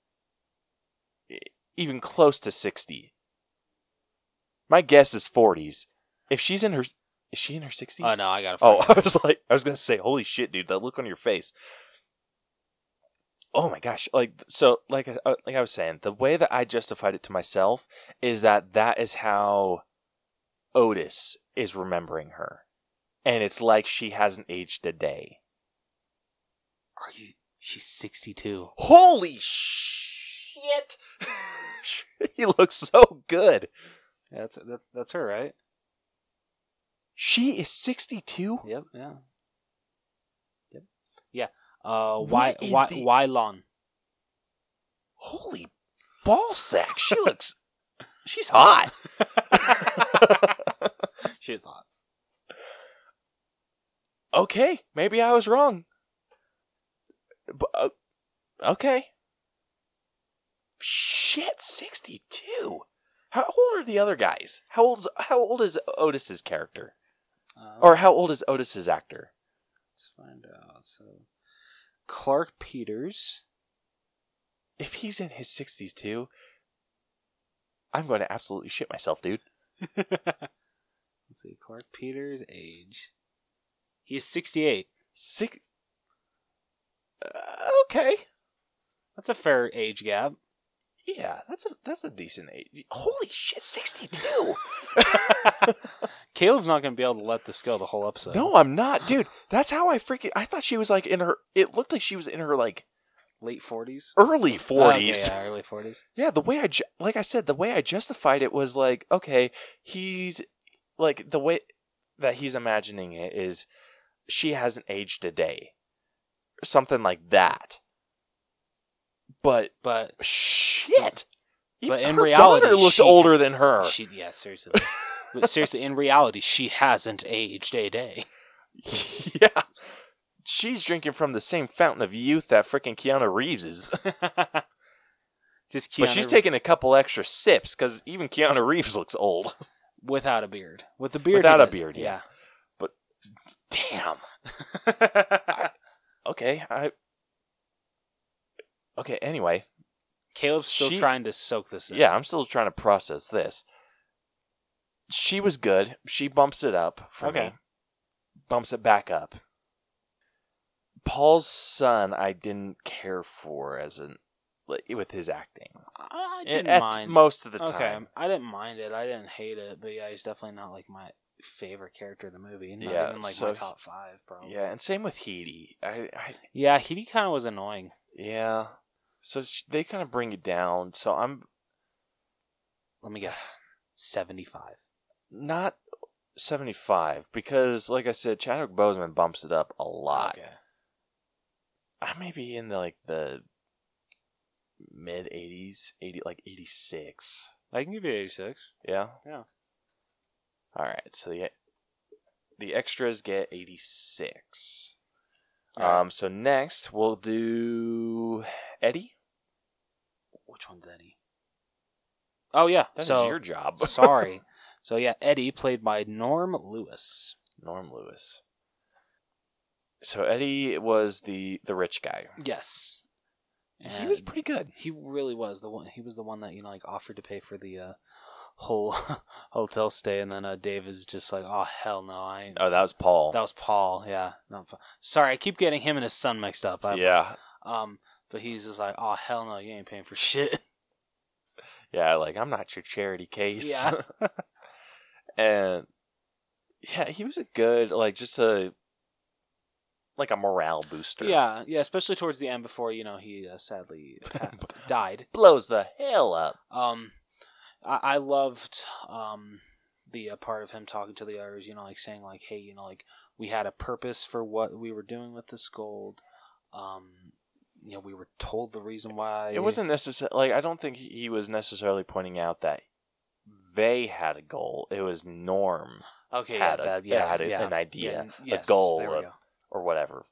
e- even close to 60. My guess is 40s. If she's in her. Is she in her 60s? oh no, I gotta. Oh, Find I was like, I was gonna say, holy shit, dude, that look on your face. Oh my gosh! Like so, like I- like I was saying, the way that I justified it to myself is that that is how Otis is remembering her, and it's like she hasn't aged a day. Are you? She's sixty-two. Holy shit! he looks so good. That's that's that's her, right? She is sixty-two. Yep. Yeah. Yep. Yeah. Uh, why What in why the- why Lon? Holy ball sack! She looks. She's hot. She's hot. okay, maybe I was wrong. But, uh, okay. Shit, 62. How old are the other guys? How old's how old is Otis's character? Uh, Or how old is Otis's actor? let's find out. So, Clark Peters. If he's in his 60s too, I'm going to absolutely shit myself, dude. let's see, Clark Peters' age. He is sixty-eight. Six uh, Okay. That's a fair age gap. Yeah, that's a that's a decent age. Holy shit, 62. Caleb's not going to be able to let this go the whole episode. No, I'm not, dude. That's how I freaking. I thought she was like in her. It looked like she was in her like late forties, early forties. Oh, yeah, early forties. yeah, the way I ju- like I said, the way I justified it was like, okay, he's like the way that he's imagining it is she hasn't aged a day, something like that. But But shit, But in her reality, daughter looked she- older than her. she, yeah, seriously. but seriously, in reality, she hasn't aged a day. yeah. She's drinking from the same fountain of youth that freaking Keanu Reeves is. Just Keanu But she's taking a couple extra sips because even Keanu Reeves looks old. without a beard. With a beard, Without he a does. beard, Yeah. yeah. Damn. Okay. I. Okay. Anyway, Caleb's still She- trying to soak this in. yeah, I'm still trying to process this. She was good. She bumps it up for Okay. me. Bumps it back up. Paul's son, I didn't care for as an like, with his acting I I didn't at mind. most of the okay, time. I didn't mind it. I didn't hate it, but yeah, he's definitely not like my favorite character in the movie. Not Yeah, even like so my he- top five, probably. Yeah, and same with Heedy. I, I yeah, he kind of was annoying. Yeah. So sh- they kind of bring it down. So I'm Let me guess, seventy-five. not 75 because, like I said, Chadwick Boseman bumps it up a lot. Okay. I may be in the, like the mid 80s, 80 like 86. I can give you 86. Yeah. Yeah. All right. So the the extras get 86. Um. So next we'll do Eddie. Which one's Eddie? Oh, yeah. That is so, your job. sorry. So, yeah, Eddie, played by Norm Lewis. Norm Lewis. So Eddie was the the rich guy. Yes. He was pretty good. He really was the one. He was the one that you know, like, offered to pay for the uh, whole hotel stay, and then uh, Dave is just like, "Oh hell no, I." ain't-" Oh, that was Paul. That was Paul. Yeah. Not Paul. Sorry, I keep getting him and his son mixed up. I, yeah. Um, but he's just like, "Oh hell no, you ain't paying for shit." yeah, like I'm not your charity case. Yeah. and yeah, he was a good like just a like a morale booster. Yeah, yeah, especially towards the end before you know he uh, sadly died. blows the hell up. Um, I, I loved um the uh, part of him talking to the others. You know, like saying like, "Hey, you know, like we had a purpose for what we were doing with this gold. Um, you know, we were told the reason why It wasn't necessary. Like I don't think he was necessarily pointing out that they had a goal. It was Norm okay. had yeah, a- that, yeah, had a- yeah, an idea, yeah, a yes, goal, There we a- go. or whatever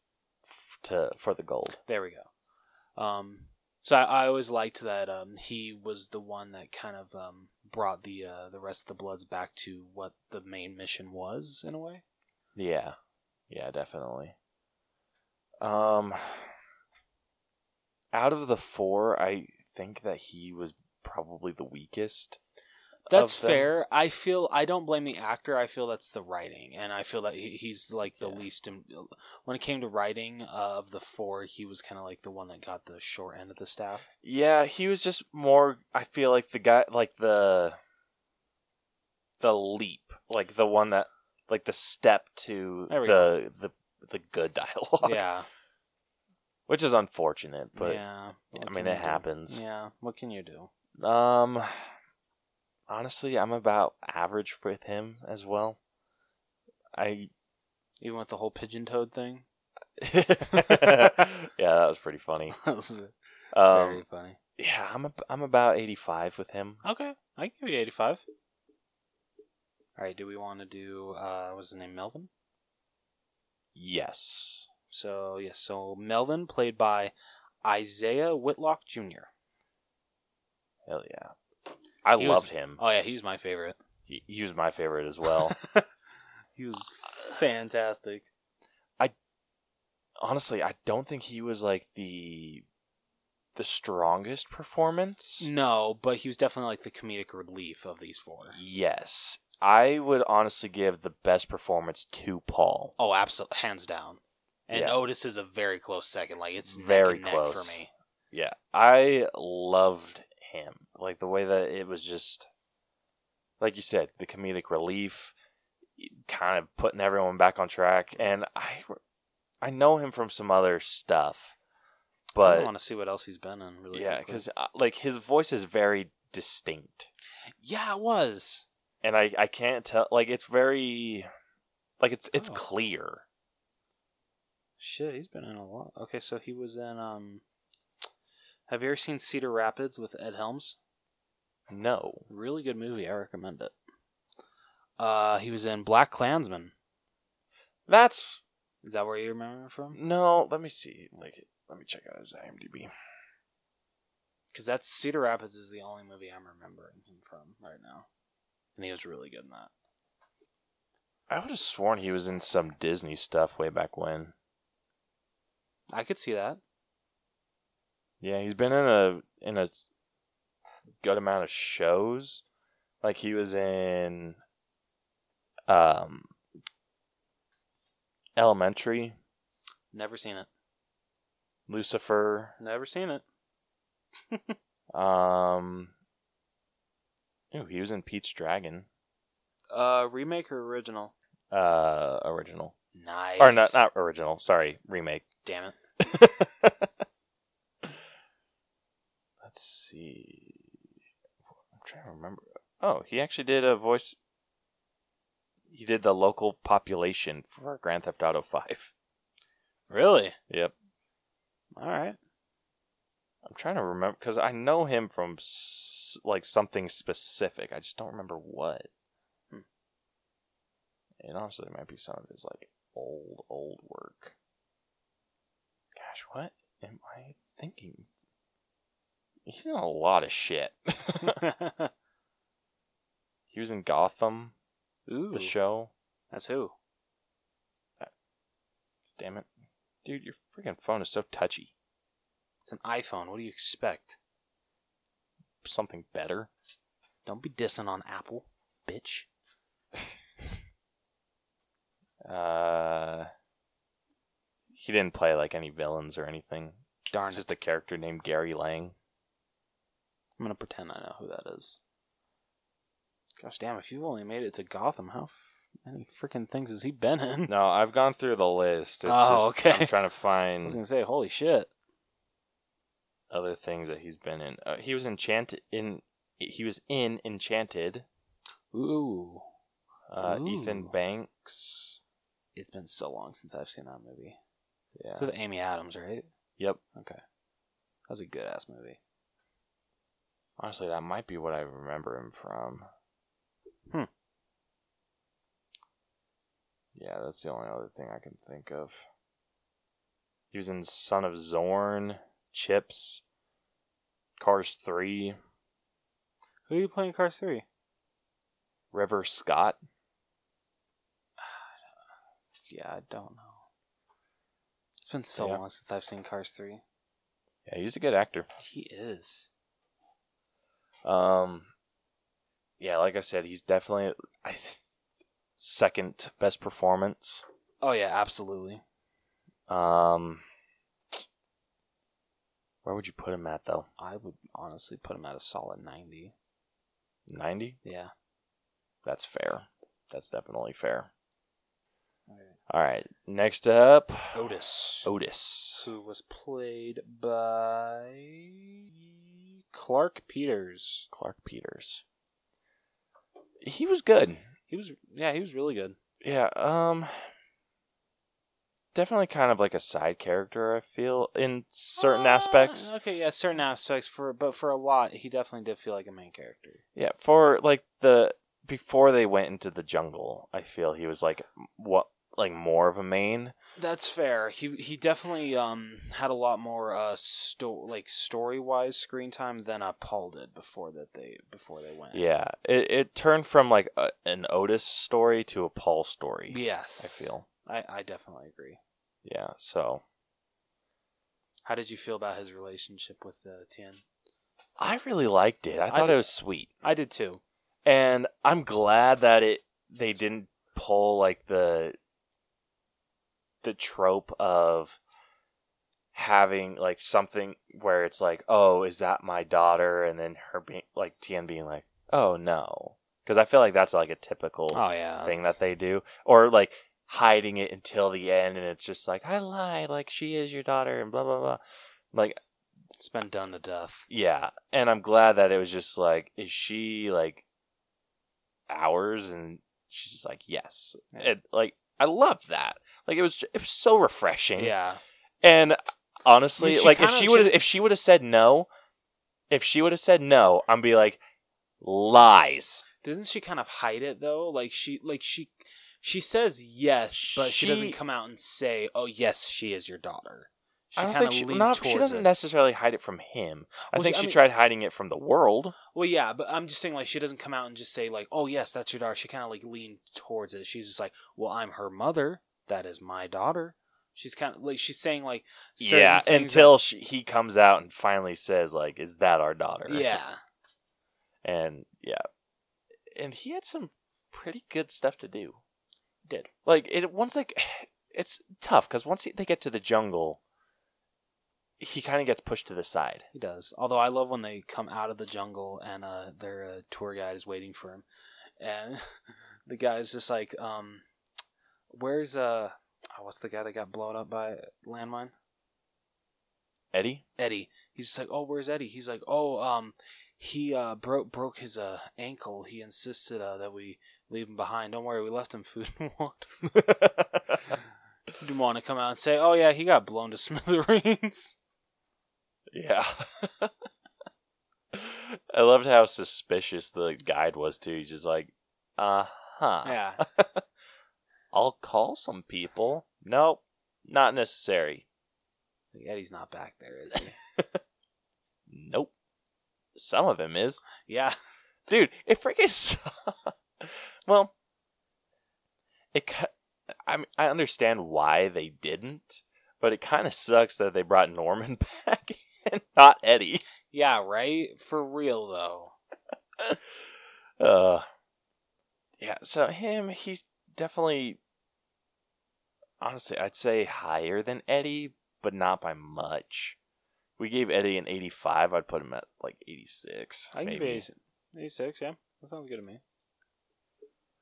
f- to for the gold. There we go. Um, so I, I always liked that um, he was the one that kind of um, brought the uh, the rest of the Bloods back to what the main mission was in a way. Yeah. Yeah, definitely. Um out of the 4, I think that he was probably the weakest. That's of them. fair. I feel I don't blame the actor. I feel that's the writing, and I feel that he, he's like the Yeah. least. Im- when it came to writing uh, of the four, he was kind of like the one that got the short end of the staff. Yeah, he was just more I feel like the guy like the the leap, like the one that like the step to There we the the the good dialogue. Yeah, Which is unfortunate, but yeah. What I mean can it you do? happens. Yeah, what can you do? Um, honestly, I'm about average with him as well. I Even with the whole pigeon toad thing, yeah, that was pretty funny. that was very Um, funny. yeah, I'm a, I'm about 85 with him. Okay, I can give you eighty-five. All right. Do we want to do? Uh, what's his name? Melvin. Yes. So yes. So Melvin, played by Isaiah Whitlock Jr. Hell yeah. I He was- loved him. Oh yeah, he's my favorite. He, he was my favorite as well. He was fantastic. honestly, I don't think he was like the the strongest performance. No, but he was definitely like the comedic relief of these four. Yes. I would honestly give the best performance to Paul. Oh, absolutely, hands down. And Yeah. Otis is a very close second. Like it's Very very neck close close. for me. Yeah, I loved him. Like the way that it was just, like you said, the comedic relief, e, kind of putting everyone back on track. And I, I know him from some other stuff, I but want to see what else he's been in. Really, yeah, quickly. because like his voice is very distinct, yeah, it was. and I I can't tell. Like it's very, like it's it's Oh. clear. Shit, he's been in a lot. Okay, so he was in. um Have you ever seen Cedar Rapids with Ed Helms? No, Really good movie. I recommend it. Uh, he was in Black Klansman. that's Is that where you remember him from? no. Let me see. Like let me check out his IMDb. Because that's Cedar Rapids is the only movie I'm remembering him from right now, and he was really good in that. I would have sworn he was in some Disney stuff way back when. I could see that. Yeah, he's been in a in a good amount of shows. Like he was in um Elementary, Never seen it. Lucifer, Never seen it. um Ooh, he was in Pete's Dragon, Uh, remake or original? uh original. Nice. Or not not original, sorry, remake. Damn it. Let's see. I'm trying to remember. Oh, he actually did a voice. He did the local population for Grand Theft Auto Five. Really? Yep. All right. I'm trying to remember because I know him from s- like something specific. I just don't remember what. Hmm. And honestly, it might be some of his like old old work. Gosh, what am I thinking? He's in a lot of shit. he was in Gotham, Ooh. the show. That's who. Damn it, dude! Your freaking phone is so touchy. It's an iPhone. What do you expect? Something better. Don't be dissing on Apple, bitch. Uh, he didn't play like any villains or anything. Darn It's it. just a character named Gary Lang. I'm gonna pretend I know who that is. Gosh damn! If you've only made it to Gotham, how f- many freaking things has he been in? No, I've gone through the list. It's Oh, just, okay. I'm trying to I was find gonna say, holy shit! other things that he's been in. Uh, he was enchanted in. He was in Enchanted. Ooh, Uh, Ethan Ooh. Banks. it's been so long since I've seen that movie. Yeah. It's with Amy Adams, right? yep. Okay, that's a good ass movie. Honestly, that might be what I remember him from. Hmm. Yeah, that's the only other thing I can think of. He was in Son of Zorn, Chips, Cars 3, Who are you playing in Cars Three? River Scott. Yeah, I don't know. It's been so Yeah. long since I've seen Cars Three. Yeah, he's a good actor. He is. Um, yeah, like I said, he's definitely I th- second best performance. Oh yeah, absolutely. Um, where would you put him at though? I would honestly put him at a solid ninety. 90? Yeah. That's fair. That's definitely fair. Alright. All right. Next up, Otis, Otis. who was played by Clark Peters. Clark Peters. He was good. He was yeah, he was really good. Yeah, um definitely kind of like a side character, I feel in certain Ah, aspects. Okay, yeah, certain aspects for but for a lot, he definitely did feel like a main character. Yeah, for like the before they went into the jungle, I feel he was like what like more of a main. That's fair. He he definitely um had a lot more uh sto- like story wise screen time than uh, Paul did before that they before they went. Yeah, it, it turned from like a, an Otis story to a Paul story. Yes. I feel. I, I definitely agree. Yeah, so How did you feel about his relationship with uh, Tien? I really liked it. I I thought did- it was sweet, I did too. and I'm glad that it they didn't pull like the the trope of having like something where it's like, oh, is that my daughter? And then her being like Tien being like, oh no, because I feel like that's like a typical Oh, yeah, thing that they do, or like hiding it until the end, and it's just like I lied, like she is your daughter, and blah blah blah. Like it's been done to death. Yeah, and I'm glad that it was just like, is she like ours? And she's just like, yes. And like, I love that. Like, it was ju- it was so refreshing. Yeah, And honestly, I mean, she like if kinda she would should- if she would have said no, if she would have said no, I'm be like lies. doesn't she kind of hide it though? Like she like she she says yes, but she, She- doesn't come out and say, "Oh yes, she is your daughter." She I don't kinda think she, leaned not, she towards doesn't it. necessarily hide it from him. I Well, think she- I she mean- tried hiding it from the world. Well, yeah, but I'm just saying, like, she doesn't come out and just say, like, oh, yes, that's your daughter. She kind of, like, leaned towards it. She's just like, well, I'm her mother. That is my daughter. She's kind of, like, she's saying, like, certain Yeah, things until she, he comes out and finally says like, "Is that our daughter?" that- yeah. and yeah, and he had some pretty good stuff to do. He did like it once like it's tough because once he, they get to the jungle, he kind of gets pushed to the side. He does. Although I love when they come out of the jungle and uh, their uh, tour guide is waiting for him, and the guy's just like, um, "Where's uh, oh, what's the guy that got blown up by landmine? Eddie, Eddie." He's just like, "Oh, where's Eddie?" He's like, "Oh, um, he uh broke broke his uh ankle. He insisted uh that we leave him behind. Don't worry, we left him food and water. Didn't want to come out and say, oh yeah, he got blown to smithereens.'" yeah. I loved how suspicious the guide was too. He's just like, uh huh. yeah. I'll call some people. Nope, not necessary. Like, Eddie's not back there, is he? Nope. Some of him is. yeah. dude it freaking su- well it ki- I, mean, I understand why they didn't but it kind of sucks that they brought norman back and not eddie Yeah, right? For real though. uh yeah so him he's definitely honestly i'd say higher than eddie but not by much we gave Eddie an 85. I'd put him at like 86. I can give maybe. it 86, yeah. That sounds good to me.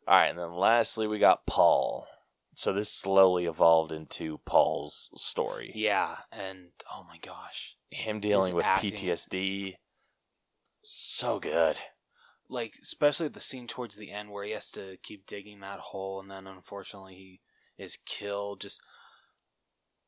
All right, and then lastly, we got Paul. So this slowly evolved into Paul's story. Yeah, and oh my gosh. Him dealing His with acting. PTSD. So good. Like, especially the scene towards the end where he has to keep digging that hole and then unfortunately he is killed. Just,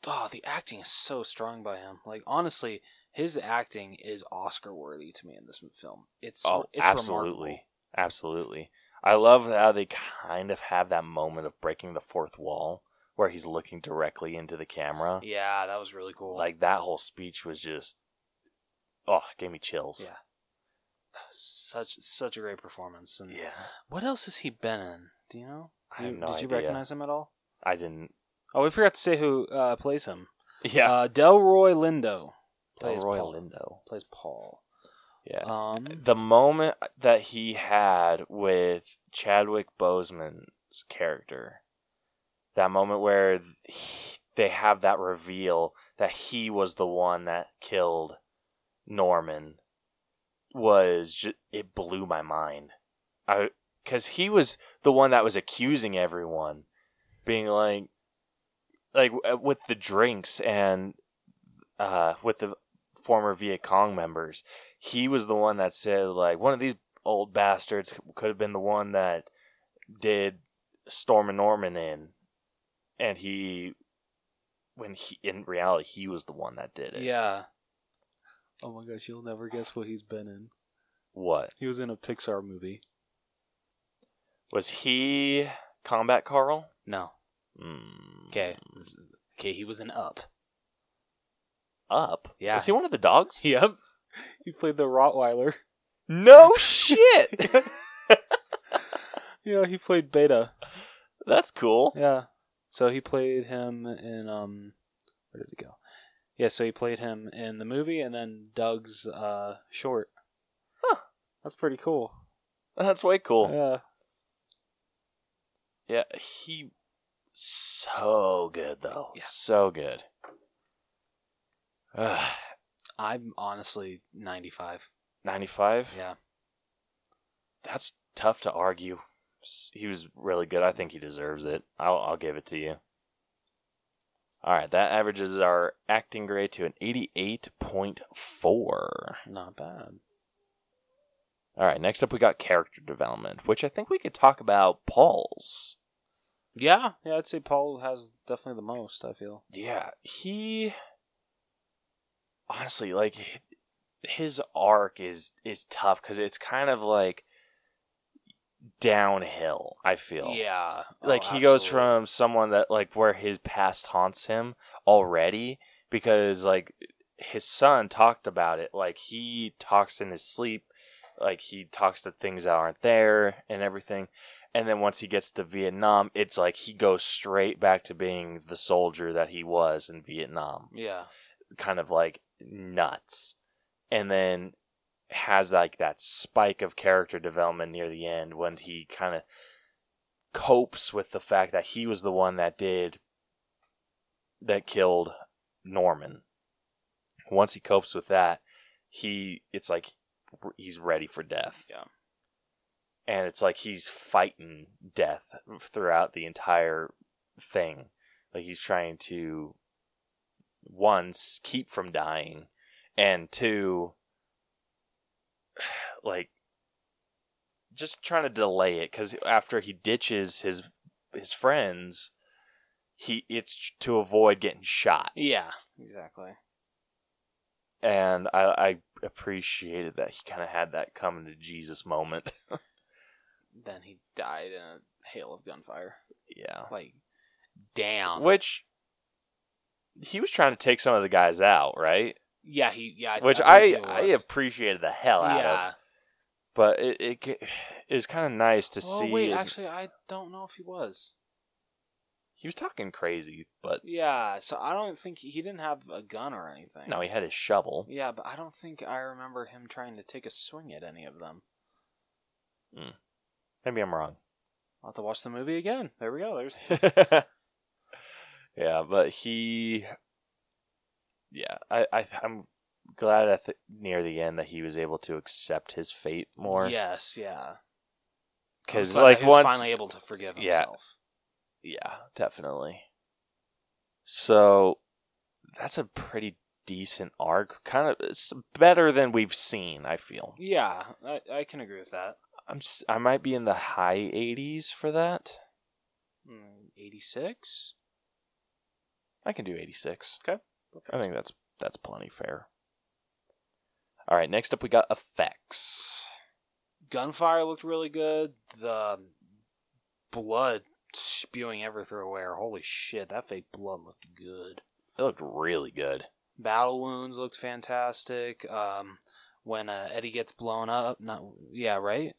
oh, the acting is so strong by him. Like, honestly, his acting is Oscar worthy to me in this film. It's, Oh, it's absolutely. remarkable. Absolutely. I love how they kind of have that moment of breaking the fourth wall where he's looking directly into the camera. Yeah, that was really cool. Like that whole speech was just oh, it gave me chills. Yeah. such such a great performance. And Yeah. what else has he been in? Do you know? I have You- no Did you idea. recognize him at all? I didn't Oh, we forgot to say who uh, plays him. Yeah. Uh, Delroy Lindo plays Delroy Paul. Lindo. plays Paul. Yeah. Um, the moment that he had with Chadwick Boseman's character, that moment where he- they have that reveal that he was the one that killed Norman, was just, it blew my mind. I because he was the one that was accusing everyone, being like, like w- uh, with the drinks and uh, with the former Viet Cong members he was the one that said like one of these old bastards could have been the one that did Storm and Norman in, and he, when he in reality he was the one that did it. yeah. Oh my gosh, you'll never guess what he's been in. What He was in a Pixar movie. was he? Combat Carl. No. Mm, Okay. Okay, he was in Up. Up. Yeah. Was he one of the dogs? Yep. He played the Rottweiler. No shit. Yeah, he played Beta. That's cool. Yeah. So he played him in um where did it go? Yeah, so he played him in the movie and then Doug's uh short. Huh. That's pretty cool. That's way cool. Yeah. Yeah, he so good though. Yeah. So good. I'm honestly 95. 95. Yeah. That's tough to argue. S- He was really good. I think he deserves it. I'll, I'll give it to you. All right, that averages our acting grade to an 88.4. All Not bad. right, next up we got character development, which I think we could talk about Paul's. Yeah. Yeah, I'd say Paul has definitely the most, I feel. Yeah, he honestly like h- his arc is is tough cuz it's kind of like downhill, I feel. Yeah. Oh, like he goes from someone that like where his past haunts him already because like his son talked about it like he talks in his sleep like he talks to things that aren't there and everything and then once he gets to vietnam it's like he goes straight back to being the soldier that he was in vietnam Yeah. kind of like nuts and then has like that spike of character development near the end when he kind of copes with the fact that he was the one that did that killed Norman once he copes with that he it's like he's ready for death Yeah. and it's like he's fighting death throughout the entire thing like he's trying to one s- keep from dying and two like just trying to delay it cuz after he ditches his his friends he it's to avoid getting shot Yeah. Exactly. and I, I appreciated that he kind of had that coming to Jesus moment. Then he died in a hail of gunfire. yeah, Like damn. which he was trying to take some of the guys out, right? Yeah, he yeah, I Which I believe he I was. appreciated the hell out yeah. of, but it it, ca- it was kind of nice to Oh see. wait, it- actually, I don't know if he was. he was talking crazy, but Yeah, so I don't think he, he didn't have a gun or anything. no, he had his shovel. Yeah, but I don't think I remember him trying to take a swing at any of them. Maybe I'm wrong. I'll have to watch the movie again. There we go. There's yeah, but he, yeah, I, I, I'm glad at the, near the end that he was able to accept his fate more. yes, yeah. I was because glad that like he was once, finally able to forgive Yeah. himself. yeah, definitely. So that's a pretty decent arc. Kind of, it's better than we've seen. I feel. Yeah, I, I can agree with that. I'm s- I might be in the high 80s for that. Eighty six. I can do 86. Okay. I think that's that's plenty fair. All right, next up we got effects. gunfire looked really good. The blood spewing everywhere. Holy shit, that fake blood looked good. It looked really good. Battle wounds looked fantastic. Um, when uh, Eddie gets blown up, not yeah, right?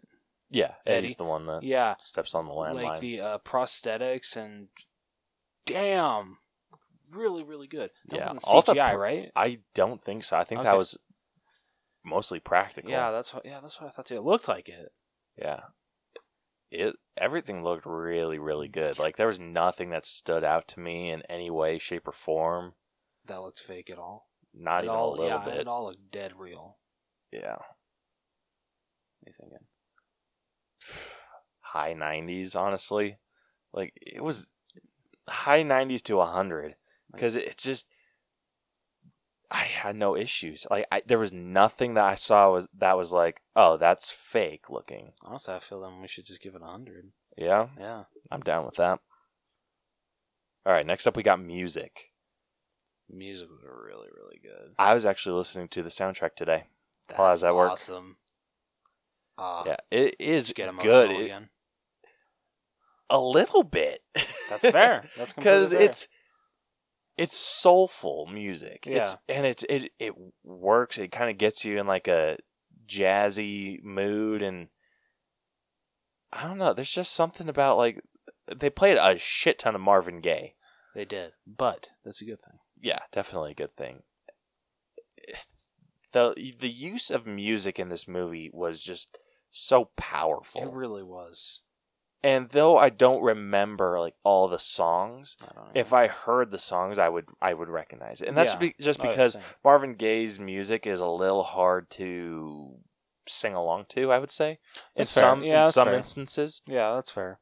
Yeah, Eddie? Eddie's the one that Yeah, steps on Uh, the landmine. like the uh, prosthetics and damn, really, really good. That Yeah, wasn't all the CGI, pro- right? I don't think so. I think that Okay. was mostly practical. Yeah, that's what. Yeah, that's what I thought. Too. It looked like it. Yeah. It everything looked really really good. Like there was nothing that stood out to me in any way, shape, or form. That looked fake at all. Not it even all, a little yeah, bit. It all looked dead real. yeah. What are you thinking? high 90s honestly like it was high 90s to 100 because it, it's just i had no issues like I, there was nothing that i saw was that was like oh that's fake looking Honestly, I feel then we should just give it a hundred. yeah Yeah. i'm down with that all right next up we got music Music was really, really good. i was actually listening to the soundtrack today Well, how's that work? awesome. Uh, yeah it is Get emotional good It- again. a little bit That's fair. That's because because it's it's soulful music. It's and it's it it works. It kind of gets you in like a jazzy mood, and I don't know. There's just something about like they played a shit ton of Marvin Gaye. they did, but that's a good thing. Yeah, definitely a good thing. the The use of music in this movie was just so powerful. It really was. and though I don't remember like all the songs, I don't know. Oh, if I heard the songs, I would I would recognize it, and that's Yeah. be, just Oh, yeah, because same. Marvin Gaye's music is a little hard to sing along to. I would say in That's fair. some Yeah, in that's some fair. instances. yeah, that's fair.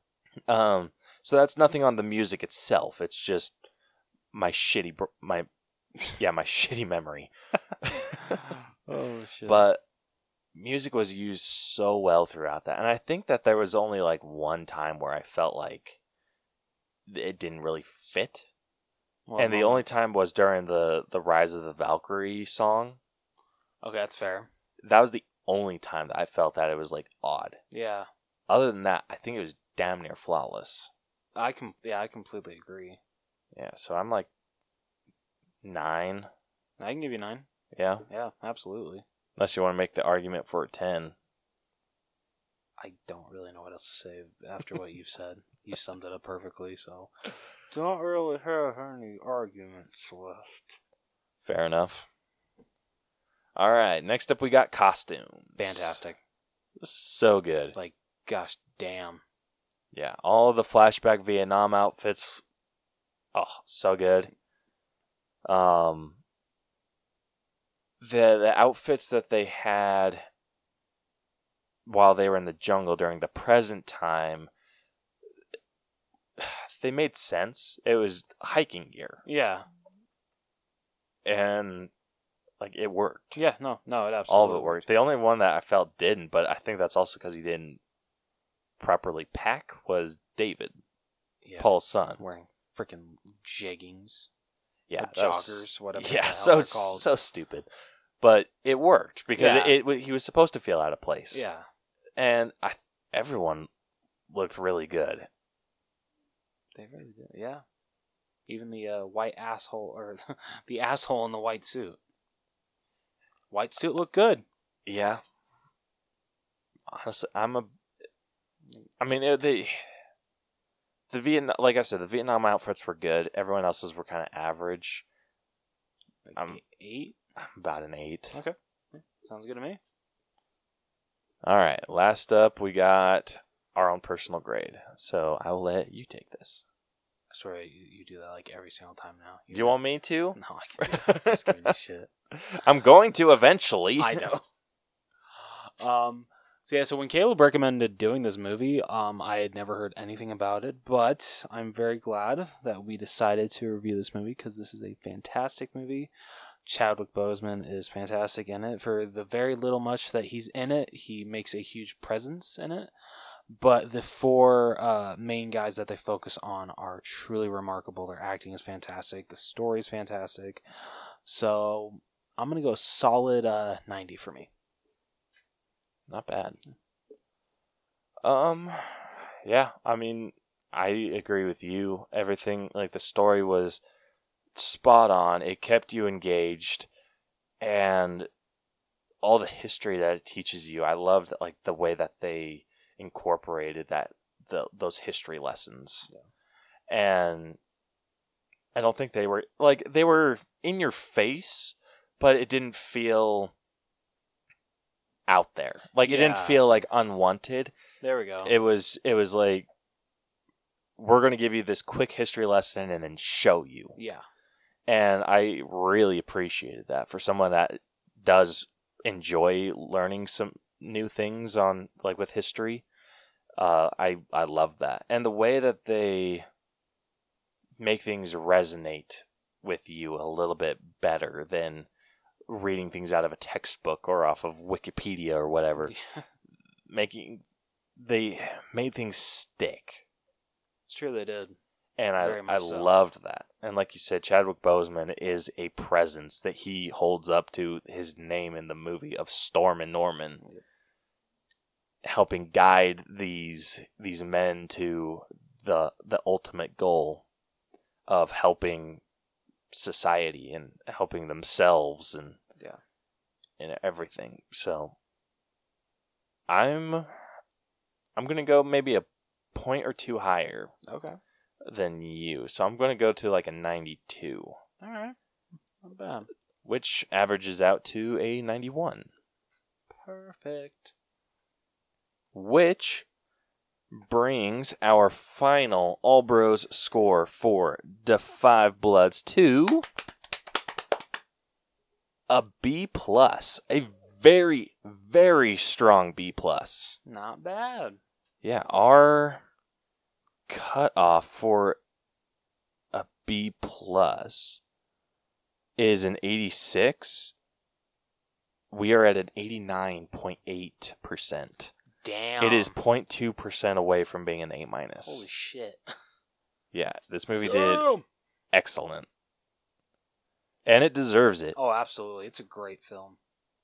Um, so that's nothing on the music itself. It's just my shitty br- my yeah my shitty memory. oh shit! But music was used so well throughout that, and I think that there was only like one time where I felt like it didn't really fit. Well, and the well, only time was during the the Rise of the Valkyrie song. okay, that's fair. That was the only time that I felt that it was like odd. Yeah, Other than that, I think it was damn near flawless. I can. Yeah, I completely agree. Yeah, so I'm like nine. I can give you nine. Yeah, Yeah, absolutely. unless you want to make the argument for a ten. I don't really know what else to say after what you've said. You summed it up perfectly. So, don't really have any arguments left. Fair enough. All right, next up we got costumes. Fantastic. So good. Like, gosh damn. Yeah, all the flashback Vietnam outfits. Oh, so good. Um, the the outfits that they had while they were in the jungle during the present time, they made sense. It was hiking gear, Yeah. and like it worked. Yeah, no, no, it absolutely. All of it worked. The only one that I felt didn't, but I think that's also because he didn't properly pack, was David, Yeah. Paul's son. Wearing freaking jeggings. yeah, or that was- joggers, whatever the Yeah, hell so they're called. so stupid, but it worked because Yeah. it, it he was supposed to feel out of place. Yeah. and I, everyone looked really good. They really did. Yeah. Even the uh, white asshole, or the asshole in the white suit. White suit looked good. Yeah, honestly, I'm a. I mean, it, the the Vietnam, like I said, the Vietnam outfits were good. Everyone else's were kind of average. Like e-, Um, eight. I'm about an eight. Okay. Sounds good to me. All right, last up we got our own personal grade. So I will let you take this. I swear you, you do that like every single time now. Do you want me to? No, I can't. Just give me shit. I'm going to eventually. I know. Um, so yeah, so when Caleb recommended doing this movie, um, I had never heard anything about it, but I'm very glad that we decided to review this movie because this is a fantastic movie. Chadwick Boseman is fantastic in it. For the very little much that he's in it, he makes a huge presence in it. But the four uh, main guys that they focus on are truly remarkable. Their acting is fantastic. The story is fantastic. So I'm gonna go solid uh, 90 for me. Not bad. Um, yeah, I mean, I agree with you. Everything, like, the story was spot on. It kept you engaged, and all the history that it teaches you. I loved, like, the way that they incorporated that, the, those history lessons. And I don't think they were, like, they were in your face, but it didn't feel out there. Like, it didn't Yeah. feel, like, unwanted There we go. it was it was like we're going to give you this quick history lesson and then show you yeah, and i really appreciated that for someone that does enjoy learning some new things on like with history uh, i i love that and the way that they make things resonate with you a little bit better than reading things out of a textbook or off of wikipedia or whatever making they made things stick it's true they did. and i Very much i so. loved that and like you said Chadwick Boseman is a presence that he holds up to his name in the movie of Storm and Norman helping guide these these men to the the ultimate goal of helping society and helping themselves and Yeah. and everything. So I'm I'm gonna go maybe a point or two higher Okay, than you. So I'm gonna go to like a ninety two, all right, not bad. which averages out to a ninety one. Perfect. which brings our final All Bros score for Da Five Bloods to a B plus, a very very strong B plus. Not bad. Yeah, our cutoff for a B plus is an 86. We are at an 89.8%. Damn. It is 0.2 percent away from being an A minus. Holy shit. Yeah, this movie did excellent, and it deserves it. Oh, absolutely. It's a great film.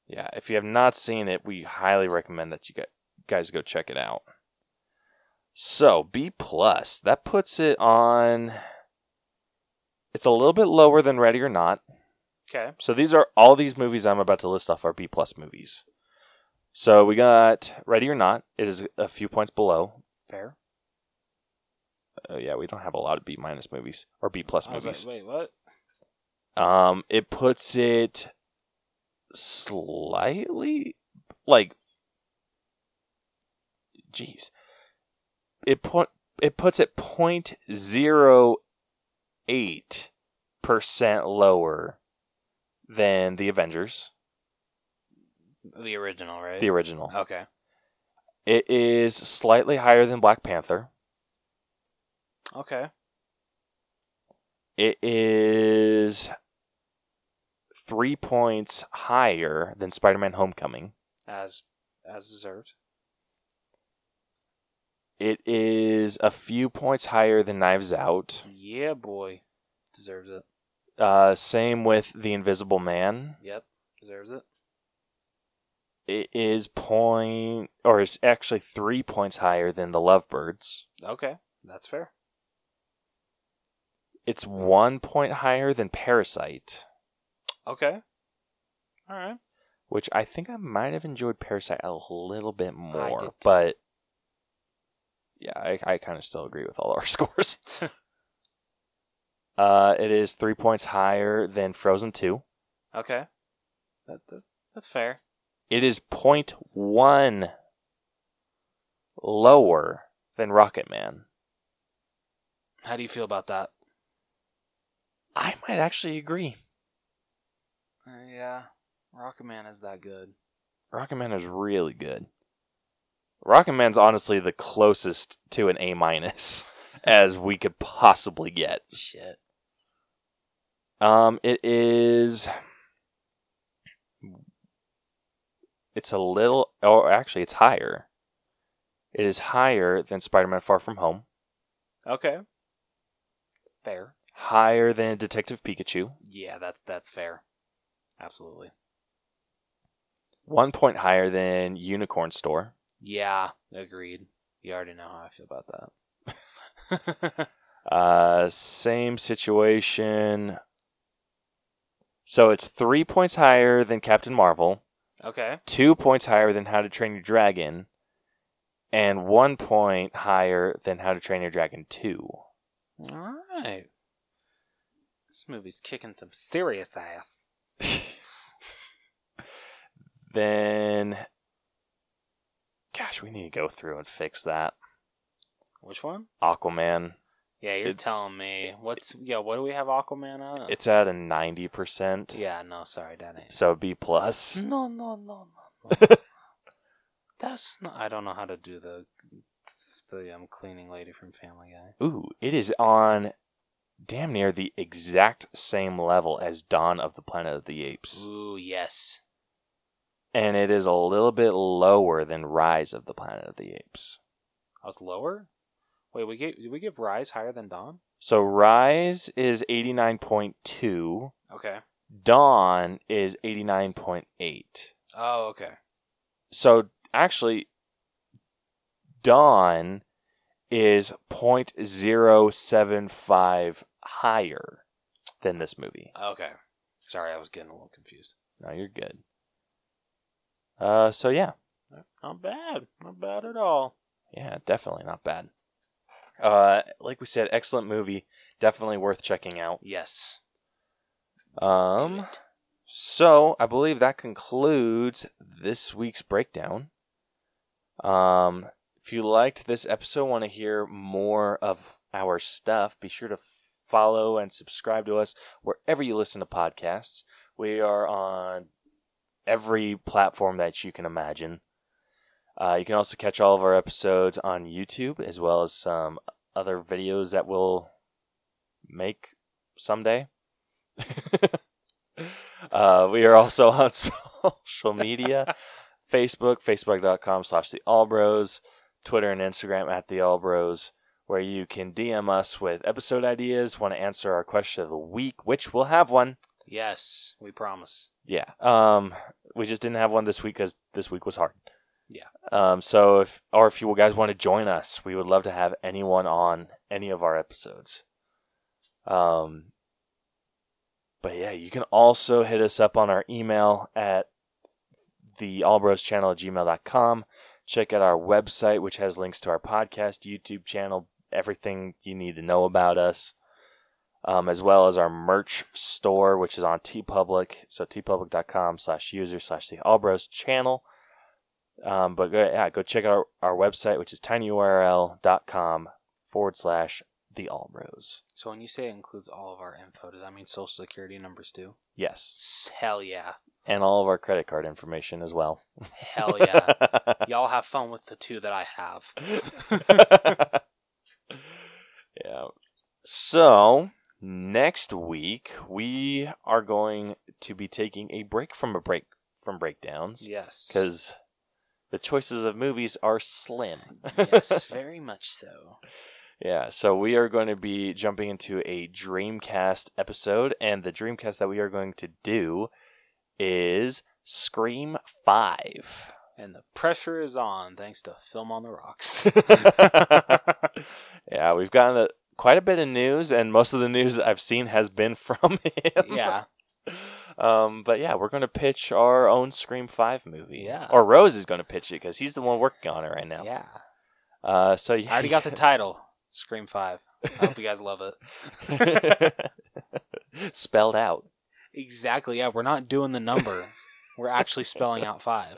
Yeah, if you have not seen it, we highly recommend that you gu- guys go check it out. So B plus that puts it on. It's a little bit lower than Ready or Not. Okay. So these are all these movies I'm about to list off are B plus movies. So we got Ready or Not. It is a few points below. Fair. uh, yeah, we don't have a lot of B minus movies or B plus I was movies. like, wait, what? um, it puts it slightly like, jeez, it put it puts it point zero eight percent lower than the Avengers, The original, right? the original. Okay. It is slightly higher than Black Panther. Okay. It is three points higher than Spider Man Homecoming. As as deserved. It is a few points higher than Knives Out. Yeah, boy. Deserves it. Uh, same with The Invisible Man. Yep. Deserves it. It is point, or is actually three points higher than The Lovebirds. Okay. That's fair. It's one point higher than Parasite, Okay. All right. which I think I might have enjoyed Parasite a little bit did too. more, but yeah, I, I kind of still agree with all our scores. Uh, it is three points higher than Frozen 2. Okay. That, that that's fair. It is 0.1 lower than Rocket Man. How do you feel about that? I might actually agree. Uh, yeah, Rocket Man is that good. Rocket Man is really good. Rocket Man's honestly the closest to an A minus as we could possibly get. Shit. Um, it is. It's a little, or actually, it's higher. It is higher than Spider-Man: Far From Home, Okay. Fair. higher than Detective Pikachu, Yeah, that's that's fair. Absolutely. one point higher than Unicorn Store, Yeah, agreed. You already know how I feel about that. Uh, same situation. So it's three points higher than Captain Marvel, okay. two points higher than How to Train Your Dragon, and one point higher than How to Train Your Dragon 2. All right. This movie's kicking some serious ass. Then, gosh, we need to go through and fix that. Which one? Aquaman, Yeah, you're It's- telling me. What's yeah? What do we have Aquaman on? it's at a 90%. yeah. No, sorry, that ain't. So B plus. No, no, no, no. no. That's not. I don't know how to do the the um, cleaning lady from Family Guy. Ooh, it is on damn near the exact same level as Dawn of the Planet of the Apes. Ooh, yes. And it is a little bit lower than Rise of the Planet of the Apes. I was lower. Wait, we gave did we give Rise higher than Dawn? So Rise is 89.2, Okay. Dawn is 89.8. Oh, okay. So actually, Dawn is 0.075 higher than this movie. Okay. Sorry, I was getting a little confused. No, you're good. Uh, so yeah, Not bad. Not bad at all. yeah, definitely not bad. Uh, like we said, excellent movie, definitely worth checking out. Yes. Um, so I believe that concludes this week's breakdown. Um, if you liked this episode, want to hear more of our stuff, be sure to follow and subscribe to us wherever you listen to podcasts. We are on every platform that you can imagine. Uh, you can also catch all of our episodes on YouTube as well as some other videos that we'll make someday. uh, we are also on social media Facebook, facebook.com slash the All Bros, Twitter and Instagram at the All Bros, where you can DM us with episode ideas, want to answer our question of the week, which we'll have one. Yes, we promise. Yeah. Um, we just didn't have one this week because this week was hard. Yeah. Um, so if or if you guys want to join us, we would love to have anyone on any of our episodes. Um, but yeah, you can also hit us up on our email at the channel at gmail.com. Check out our website, which has links to our podcast, YouTube channel, everything you need to know about us um, as well as our merch store, which is on TeePublic. So tpublic.com slash user slash the Albros channel. Um, but go, yeah, go check out our, our website, which is tinyurl.com forward slash the Albros. So when you say it includes all of our info, does that mean social security numbers too? Yes. S- Hell yeah. And all of our credit card information as well. Hell Oh, yeah. Y'all have fun with the two that I have. yeah. So next week we are going to be taking a break from a break from breakdowns. Yes. because the choices of movies are slim. yes, very much so. yeah, so we are going to be jumping into a Dreamcast episode, and the Dreamcast that we are going to do is Scream 5. And the pressure is on thanks to Film on the Rocks. yeah, we've gotten a, quite a bit of news, and most of the news that I've seen has been from him. yeah. Um, but yeah, we're going to pitch our own Scream 5 movie. Yeah. Or Rose is going to pitch it because he's the one working on it right now. Yeah. Uh, so yeah. I already got the title Scream 5. I hope you guys love it. Spelled out. Exactly. Yeah, we're not doing the number. We're actually spelling out 5.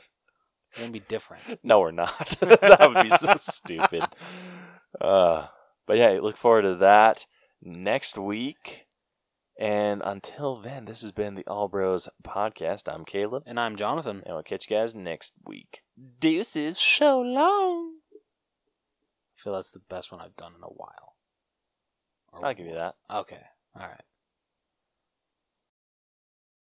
It's going to be different. No, we're not. that would be so stupid. Uh, but yeah, look forward to that next week. And until then, this has been the All Bros Podcast. I'm Caleb, And I'm Jonathan. and we'll catch you guys next week. Deuces, so long. I feel that's the best one I've done in a while. Or- I'll give you that. Okay. All right.